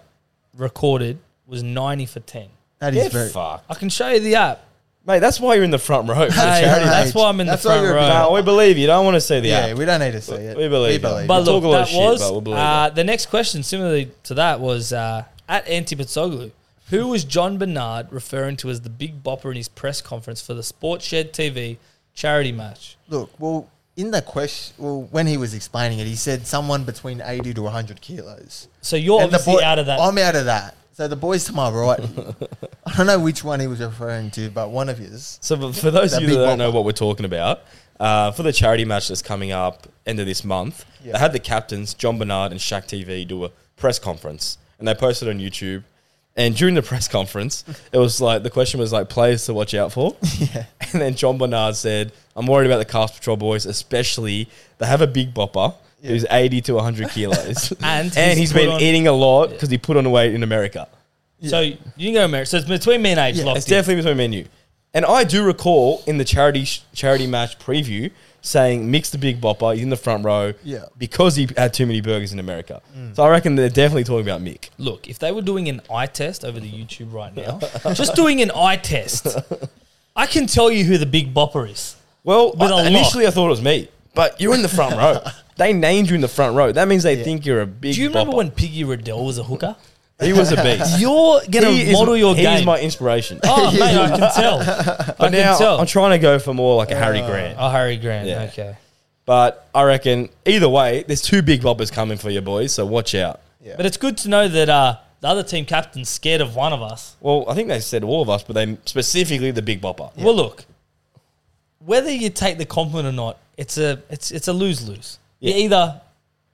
B: recorded was 90 for 10.
A: That is
C: Get
A: very
C: fucked.
B: I can show you the app.
C: Mate, that's why you're in the front row.
B: Hey,
A: charity
B: that's
A: match.
B: why I'm in
A: That's
B: the
A: why
B: front
A: you're a
B: row.
A: bit-
C: nah, we believe you. Don't want to see the
A: Yeah,
C: app.
A: we don't need to see it.
C: we believe
A: We
C: it.
A: believe
B: But
A: it.
C: Talk
B: look,
C: a lot
B: that
C: of shit,
B: was
C: but we'll believe
B: uh, the next question. Similarly to that was uh, at Antipatsoglu. Who was John Bernard referring to as the big bopper in his press conference for the Sports Shed TV charity match?
A: Look, well, in the question, well, when he was explaining it, he said someone between eighty to hundred kilos.
B: So you're
A: And the
B: obviously
A: boy-
B: out of that.
A: I'm out of that. So the boys to my right, I don't know which one he was referring to, but one of his.
C: So for- for those
A: That
C: of you that
A: big
C: don't know
A: whopper.
C: what we're talking about, uh, for the charity match that's coming up end of this month,
A: Yeah.
C: they had the captains John Bernard and Shaq TV do a press conference, and they posted on YouTube. And during the press conference, it was like the question was like players to watch out for.
A: Yeah.
C: And then John Bernard said, "I'm worried about the Cast Patrol boys, especially they have a big bopper who's 80 to 100 kilos,
B: And he's
C: and he's
B: put
C: been
B: on-
C: eating a lot because he put on weight in America.
B: So you can go America. So it's between me and age.
A: Yeah,
B: locked
C: It's
B: in.
C: definitely between me and you. And I do recall in the charity sh- charity match preview saying mix the big bopper. He's in the front row.
A: Yeah.
C: Because he had too many burgers in America.
B: Mm.
C: So I reckon they're definitely talking about Mick.
B: Look, if they were doing an eye test over the YouTube right now, just doing an eye test, I can tell you who the big bopper is.
C: Well,
B: With
C: I-
B: a
C: initially I thought it was me, but you're in the front row. They named you in the front row. That means they think you're a big.
B: Do you remember
C: bopper.
B: when Piggy Riddell was a hooker?
C: he was a beast?
B: You're gonna
C: He is-
B: model your
C: he
B: game.
C: is my inspiration.
B: oh mate, I can tell. I
C: but
B: can
C: now
B: tell.
C: I'm trying to go for more like a Harry Grant.
B: oh, Harry Grant.
C: Yeah.
B: Okay.
C: But I reckon either way, there's two big boppers coming for you boys, so watch out.
A: Yeah.
B: But it's good to know that uh, the other team captain's scared of one of us.
C: Well, I think they said all of us, but they specifically the big bopper.
B: Well, look, whether you take the compliment or not, it's a it's it's a lose lose.
C: Yeah.
B: You're either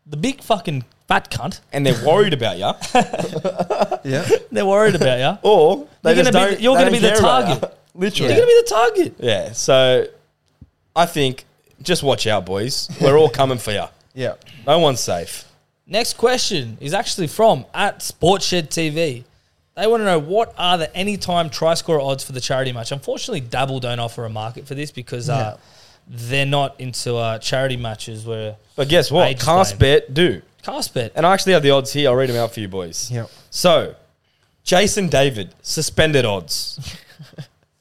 B: the big fucking fat cunt
C: And they're worried about you,
A: yeah.
B: they're worried about you,
C: or they
B: You're
C: just
B: gonna be-
C: don't-
B: you're gonna
C: they don't
B: be the
C: care about ya.
B: target.
C: Literally.
B: you're gonna be the target.
C: Yeah, so I think just watch out, boys. We're all coming for you.
A: Yeah.
C: No one's safe.
B: Next question is actually from at Sportshed TV. They want to know what are the anytime try score odds for the charity match. Unfortunately, Dabble don't offer a market for this because uh, they're not into uh, charity matches where
C: But guess what?
B: Age
C: Cast
B: claim.
C: bet do.
B: cast bet.
C: And I actually have the odds here. I'll read them out for you boys.
A: Yep.
C: So, Jason David, suspended odds.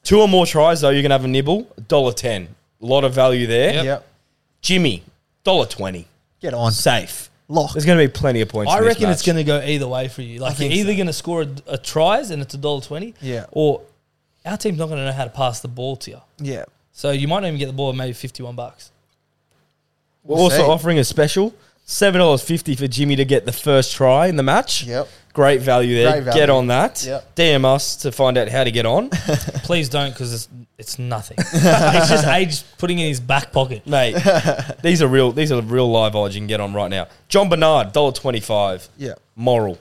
C: Two or more tries, though, you can have a nibble. $1.10. A lot of value there.
B: Yep.
A: Yep.
C: Jimmy, $1.20.
A: Get on.
C: Safe.
A: Lock.
C: There's going to be plenty of points.
B: I
C: in this
B: reckon it's
C: match.
B: going to go either way for you. Like you're
A: think
B: either
A: so.
B: going to score a, a tries and it's a dollar twenty,
A: Yeah.
B: or our team's not going to know how to pass the ball to you.
A: Yeah.
B: So you might not even get the ball. Maybe fifty-one bucks.
C: We're
A: We'll
C: also
A: see.
C: offering a special $7.50 for Jimmy to get the first try in the match.
A: Yep.
C: Great value there.
A: Great
C: Get
A: value.
C: on that.
A: Yep.
C: DM us to find out how to get on.
B: Please don't, because it's it's nothing. it's just age putting in his back pocket.
C: Mate, these are real these are real live odds you can get on right now. John Bernard, $1.25.
A: Yeah.
C: Moral.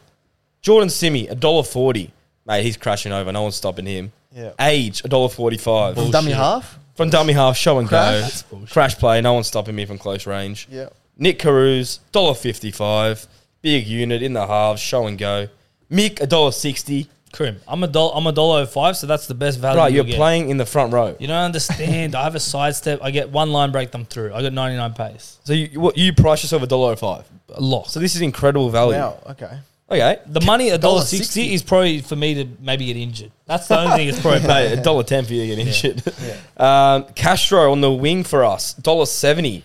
C: Jordan Simi, $1.40. Mate, he's crashing over. No one's stopping him.
A: Yeah.
C: Age, $1.45.
A: From dummy half.
C: From dummy half, show and
A: Crash.
C: go.
A: That's
C: Crash play, no one's stopping me from close range.
A: Yeah.
C: Nick Carews, $1.55. Big unit in the halves, show and go. Mick, $1.60.
B: Krim, I'm a dollar. I'm a dollar oh five, so that's the best value.
C: Right, you're
B: you'll get.
C: playing in the front row.
B: You don't understand. I have a sidestep. I get one line break them through. I got ninety-nine pace.
C: So you, what, you price yourself $1.05.
B: A lot.
C: So this is incredible value.
A: Wow. Okay.
C: Okay.
B: the money a dollar sixty
A: $1.60.
B: is probably for me to maybe get injured. That's the only thing it's probably.
C: Mate, a dollar ten for you to get injured.
A: Yeah.
C: Um, Castro on the wing for us, dollar seventy.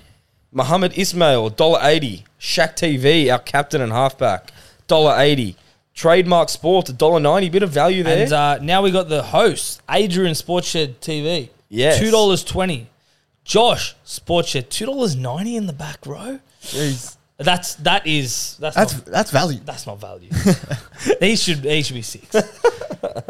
C: Mohammed Ismail, dollar eighty. Shaq TV, our captain and halfback, dollar eighty. Trademark Sports, dollar ninety. Bit of value there.
B: And uh, now we got the host, Adrian Sportshed TV.
C: Yes.
B: Two dollars twenty. Josh Sportshed, two dollars ninety in the back row.
A: Jeez.
B: That's that is that's
A: That's
B: not,
A: that's value.
B: that's not value. he should he should be six.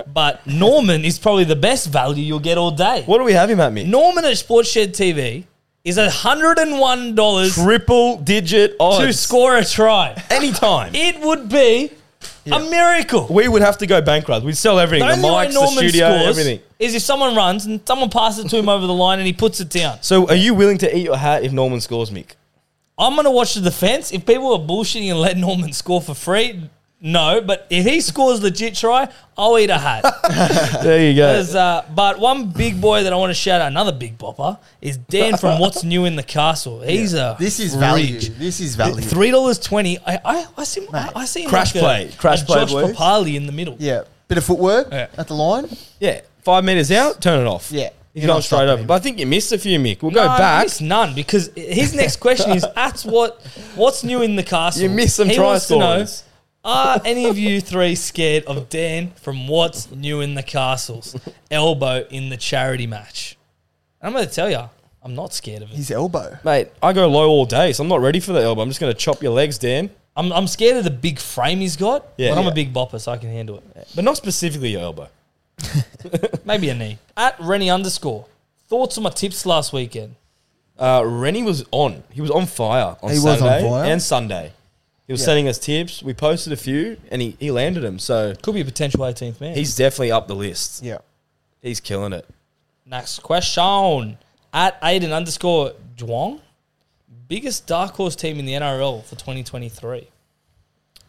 B: but Norman is probably the best value you'll get all day.
C: what do we have him at me?
B: Norman at Sportshed TV is hundred and one dollars to
C: Triple digit odds
B: score a try.
C: anytime.
B: It would be a miracle.
C: we would have to go bankrupt. We'd sell everything: the, mics, the studio, everything.
B: is if someone runs and someone passes it to him over the line and he puts it down.
C: So, are you willing to eat your hat if Norman scores, Mick?
B: I'm gonna watch the defense. If people are bullshitting and let Norman score for free, no. But if he scores legit try, I'll eat a hat.
C: There you go.
B: 'Cause, uh, but one big boy that I want to shout out, another big bopper, is Dan from What's New in the Castle. He's a
A: This is value.
B: freak.
A: This is value.
B: Three dollars twenty. I, I I see I, I see him like
C: Crash
B: a-
C: play. Crash
B: a
C: play,
B: Josh
C: boys.
B: Papali in the middle.
A: Yeah. Bit of footwork
B: Yeah.
A: at the line.
C: Yeah, five meters out, turn it off.
A: Yeah.
C: he's
A: You're
C: going
A: not
C: straight
A: stopping
C: over.
A: him.
C: But I think you missed a few, Mick. We'll go
B: No, you
C: back.
B: missed none because his next question is at what what's new in the castle.
C: You missed some
B: He
C: try
B: wants to know,
C: scorers.
B: Are any of you three scared of Dan from What's New in the Castle's elbow in the charity match? I'm going to tell you, I'm not scared of it.
A: His elbow.
C: Mate, I go low all day, so I'm not ready for the elbow. I'm just going to chop your legs, Dan.
B: I'm, I'm scared of the big frame he's got,
C: Yeah.
B: but I'm
C: Yeah.
B: a big bopper, so I can handle it.
C: But not specifically your elbow.
B: Maybe a knee. At Rennie underscore, thoughts on my tips last weekend?
C: Uh, Rennie was on. He was on fire on
A: He was on
C: Saturday
A: fire?
C: and Sunday. He was
A: Yeah.
C: sending us tips. We posted a few, and he, he landed them. So
B: Could be a potential 18th man.
C: he's definitely up the list.
A: Yeah.
C: He's killing it.
B: Next question at Aiden underscore Duong. Biggest dark horse team in the NRL for 2023.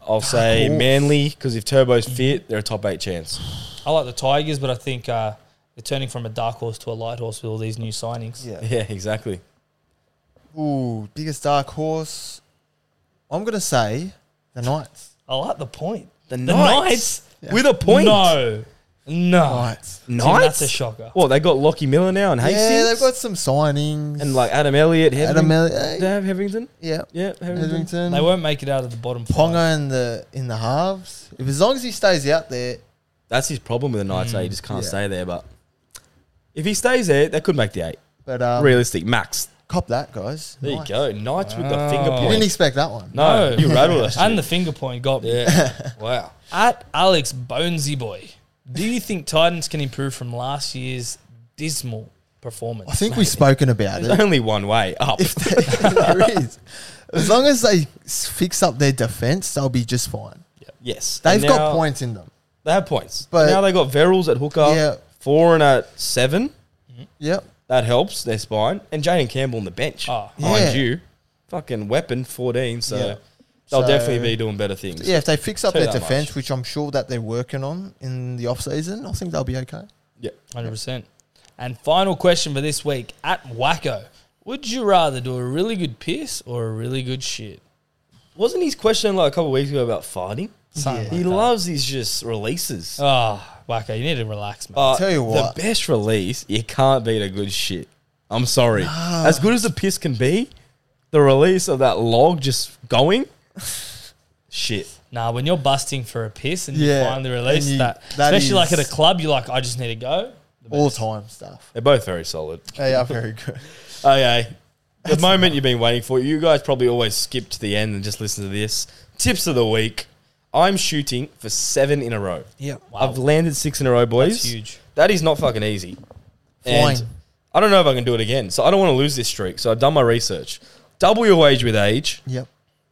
C: I'll say
A: Cool.
C: Manly because if Turbo's fit, they're a top eight chance.
B: I like the Tigers, but I think uh, They're turning from a dark horse to a light horse with all these new signings.
A: Yeah.
C: Yeah, exactly.
A: Ooh, biggest dark horse. I'm gonna say the Knights.
B: I like the point.
C: The,
B: Knights?
C: with a point.
B: No. No.
A: Knights.
B: Even
C: Knights?
B: that's a shocker.
C: Well, they got Lockie Miller now and Hastings.
A: Yeah, they've got some signings
C: and like Adam Elliott. Hetherington.
A: Adam Elliott. eh?
C: They have Hetherington.
A: yeah,
C: Yeah, Hetherington.
A: Edrington.
B: They won't make it out of the bottom five.
A: Ponga in the in the halves. If as long as he stays out there,
C: That's his problem with the Knights. eh? He just can't
A: Yeah.
C: stay there. But if he stays there, they could make the eight.
A: but um,
C: Realistic max.
A: cop that, guys.
C: There
A: Nice.
C: you go. Knights with the
B: Wow.
C: finger
A: You
C: point.
A: didn't expect that one.
C: no, you rattled us.
B: And the finger point got me.
C: yeah. wow.
B: At Alex Bonesy Boy, do you think Titans can improve from last year's dismal performance?
A: I think we've spoken about
C: There's
A: it.
C: only one way up.
A: If there- there is, as long as they s- fix up their defense, they'll be just fine.
C: yes.
A: They've
C: And
A: got
C: now-
A: points in them.
C: They have points.
A: But-
C: But now they got Verrills at hooker,
A: Yeah.
C: Foreign at seven.
A: Yep.
C: That helps their spine. And Jaden Campbell on the bench.
B: Ah.
A: Yeah.
C: Mind you. Fucking weapon 14. So
A: Yeah.
C: they'll
A: So-
C: definitely be doing better things.
A: Yeah, if they fix up
C: Tell you
A: their
C: that much.
A: defense, which I'm sure that they're working on in the off season, I think they'll be okay.
C: Yeah.
B: 100%. And final question for this week at Wacko. Would you rather do a really good piss or a really good shit?
C: Wasn't his question like a couple of weeks ago about farting?
B: Something
A: Yeah.
B: like
C: He
B: that.
C: loves his just releases.
B: Oh, Wacko, you need to relax, man.
C: But
A: Tell you what.
C: the best release, you can't beat a good shit. I'm sorry. As good as the piss can be, the release of that log just going, shit.
B: Nah, when you're busting for a piss and you
A: Yeah,
B: finally release
A: and you-
B: that,
A: that
B: especially like at
A: is-
B: a club, you're like, I just need to go.
A: All time stuff.
C: They're both very solid.
A: They are very good.
C: Okay. The moment you've been waiting for, you guys probably always skip to the end and just listen to this. Tips of the week. I'm shooting for seven in a row.
A: Yep.
B: Wow,
C: I've landed six in a row, boys.
B: that's huge.
C: That is not fucking easy.
A: Flying.
C: And I don't know if I can do it again. So I don't want to lose this streak. So I've done my research. Double your wage with age.
A: Yep.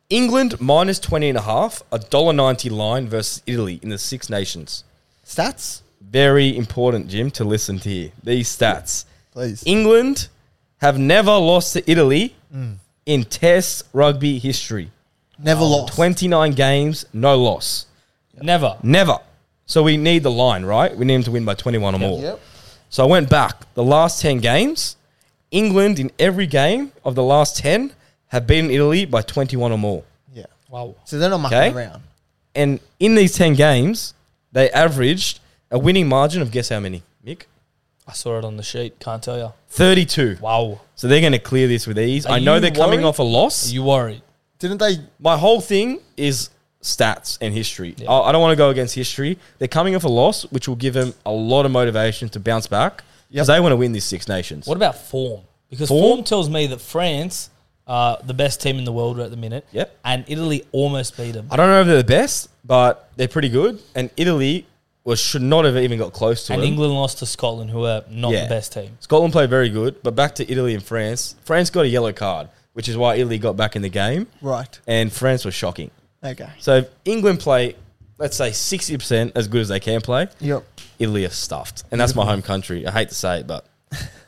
C: England minus 20 and a half, a dollar ninety line versus Italy in the Six Nations.
A: Stats,
C: Very important, Jim, to listen to here. These stats.
A: please.
C: England have never lost to Italy in Test rugby history.
A: Never lost.
C: 29 games, no loss.
B: Never.
C: Never. So we need the line, right? We need them to win by 21 or more.
A: Yep.
C: So I went back. The last 10 games, England in every game of the last 10 have beaten Italy by 21 or more.
A: Yeah.
B: Wow.
A: So they're not mucking
C: Okay.
A: around.
C: And in these 10 games, they averaged a winning margin of guess how many? Mick?
B: I saw it on the sheet. Can't tell you.
C: 32.
B: Wow.
C: So they're going to clear this with ease.
B: Are
C: I know
B: you
C: they're coming
B: worried?
C: off a loss.
B: You worried?
A: Didn't they?
C: My whole thing is stats and history. I, I don't want to go against history. They're coming off a loss, which will give them a lot of motivation to bounce back because they want to win these Six Nations.
B: What about form? Because form,
C: Form?
B: tells me that France are the best team in the world at the minute.
C: Yep.
B: And Italy almost beat them.
C: I don't know if they're the best, but they're pretty good. And Italy was should not have even got close to
B: And
C: them.
B: England lost to Scotland, who are not
C: Yeah.
B: the best team.
C: Scotland played very good, but back to Italy and France. France got a yellow card, which is why Italy got back in the game,
A: Right.
C: and France was shocking.
A: Okay.
C: So if England play, let's say sixty percent as good as they can play,
A: Yep.
C: Italy are stuffed, and that's my home country. I hate to say it, but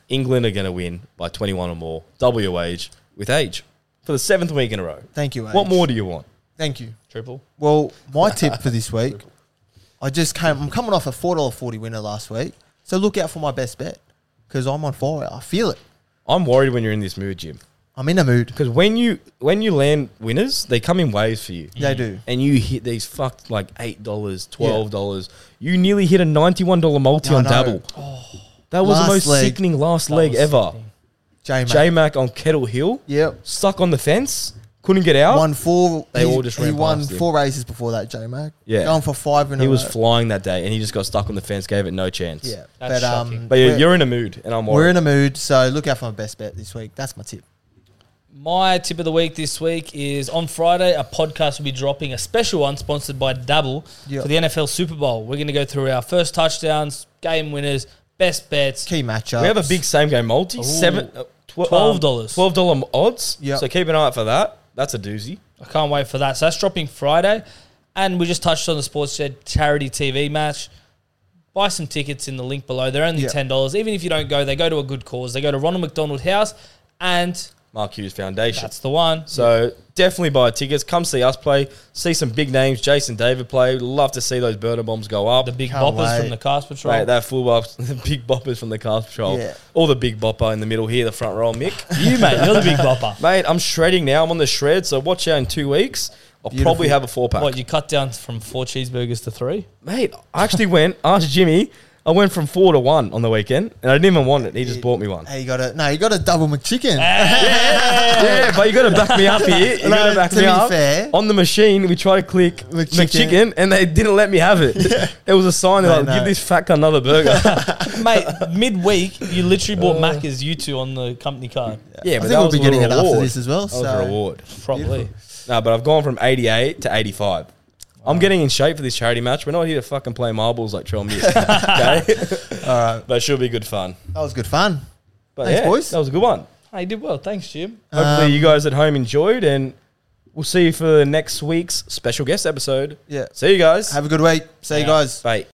C: England are going to win by twenty-one or more, double your wage with age for the seventh week in a row.
A: Thank you. Age.
C: What more do you want?
A: Thank you.
B: Triple.
A: Well, my tip for this week, I just came. I'm coming off a four dollar forty winner last week, so look out for my best bet because I'm on fire. I feel it.
C: I'm worried when you're in this mood, Jim.
A: I'm in a mood.
C: Because when you when you land winners, they come in waves for you.
A: They do.
C: And you hit these fucked like eight dollars, twelve dollars. You nearly hit a ninety-one dollar multi
A: I
C: on
A: know.
C: Dabble. that was
A: Oh. Last
C: the most
A: leg.
C: sickening last
B: That
C: leg
B: was
C: ever.
B: sickening.
A: J
C: J Mac on Kettle Hill,
A: Yep.
C: stuck on the fence, couldn't get
B: Oh.
C: out.
A: Won four.
C: They
A: he-
C: all just
A: he
C: ran
A: won
C: past him.
A: four races before that. J Mac.
C: Yeah.
A: Going for five in
C: he
A: a
C: was
A: row.
C: flying that day, and he just got stuck on the fence, gave it no chance.
A: yeah.
B: That's
A: but um,
B: shocking.
C: But yeah,
A: we're,
C: you're in a mood, and I'm
A: we're
C: worried.
A: in a mood, so look out for my best bet this week. That's my tip.
B: My tip of the week this week is on Friday, a podcast will be dropping a special one sponsored by Dabble
A: Yep.
B: for the NFL Super Bowl. We're going to go through our first touchdowns, game winners, best bets.
A: Key matchup.
C: we have a big same game multi, seven, uh, tw-
B: Twelve dollars.
C: twelve dollar odds.
A: Yeah.
C: So keep an eye out for that. That's a doozy.
B: I can't wait for that. So that's dropping Friday. And we just touched on the Sports Shed charity TV match. Buy some tickets in the link below. They're only
A: Yeah.
B: $10. Even if you don't go, they go to a good cause. They go to Ronald McDonald House and
C: Mark Hughes Foundation.
B: That's the one.
C: so definitely buy tickets. Come see us play. See some big names. Jason David play. Love to see those burner bombs go up.
B: the big
A: Can't
B: boppers
A: wait.
B: from the cast patrol.
C: Mate, that full bop, the big boppers from the cast patrol.
A: Yeah.
C: All the big bopper in the middle here, the front row, Mick.
B: you mate, you're the big bopper.
C: Mate, I'm shredding now. I'm on the shred, so watch out in two weeks. I'll
A: Beautiful.
C: probably have a four pack.
B: What you cut down from four cheeseburgers to three?
C: Mate, I actually went, asked Jimmy, I went from four to one on the weekend, and I didn't even want it. He just bought me one.
A: Hey, you got a no. You got a double McChicken.
C: Yeah, but you got to back me up here. You
A: No,
C: got to back
A: to
C: me
A: be
C: up.
A: fair-
C: On the machine, we tried to click McChicken,
A: McChicken.
C: and they didn't let me have it. It was a sign that
A: No,
C: like,
A: no.
C: give this fat cunt another burger.
B: Mate, midweek you literally bought Macca's you two on the company card.
C: Uh, yeah,
A: I think we'll
C: but that was
A: be
C: a little
A: getting it after
C: reward.
A: this as well.
C: That was
A: so
C: a reward.
B: Probably.
C: No, but I've gone from 88 to 85. I'm getting in shape for this charity match. We're not here to fucking play marbles like Trell Mears. okay?
A: all right,
C: but it should be good fun.
A: that was good fun.
C: But
A: Thanks,
C: yeah,
A: boys.
C: That was a good one.
B: Hey, you did well. Thanks, Jim.
C: Hopefully,
A: Um,
C: you guys at home enjoyed, and we'll see you for next week's special guest episode.
A: Yeah.
C: See you guys.
A: Have a good week. See you
B: Yeah.
A: guys.
C: Bye.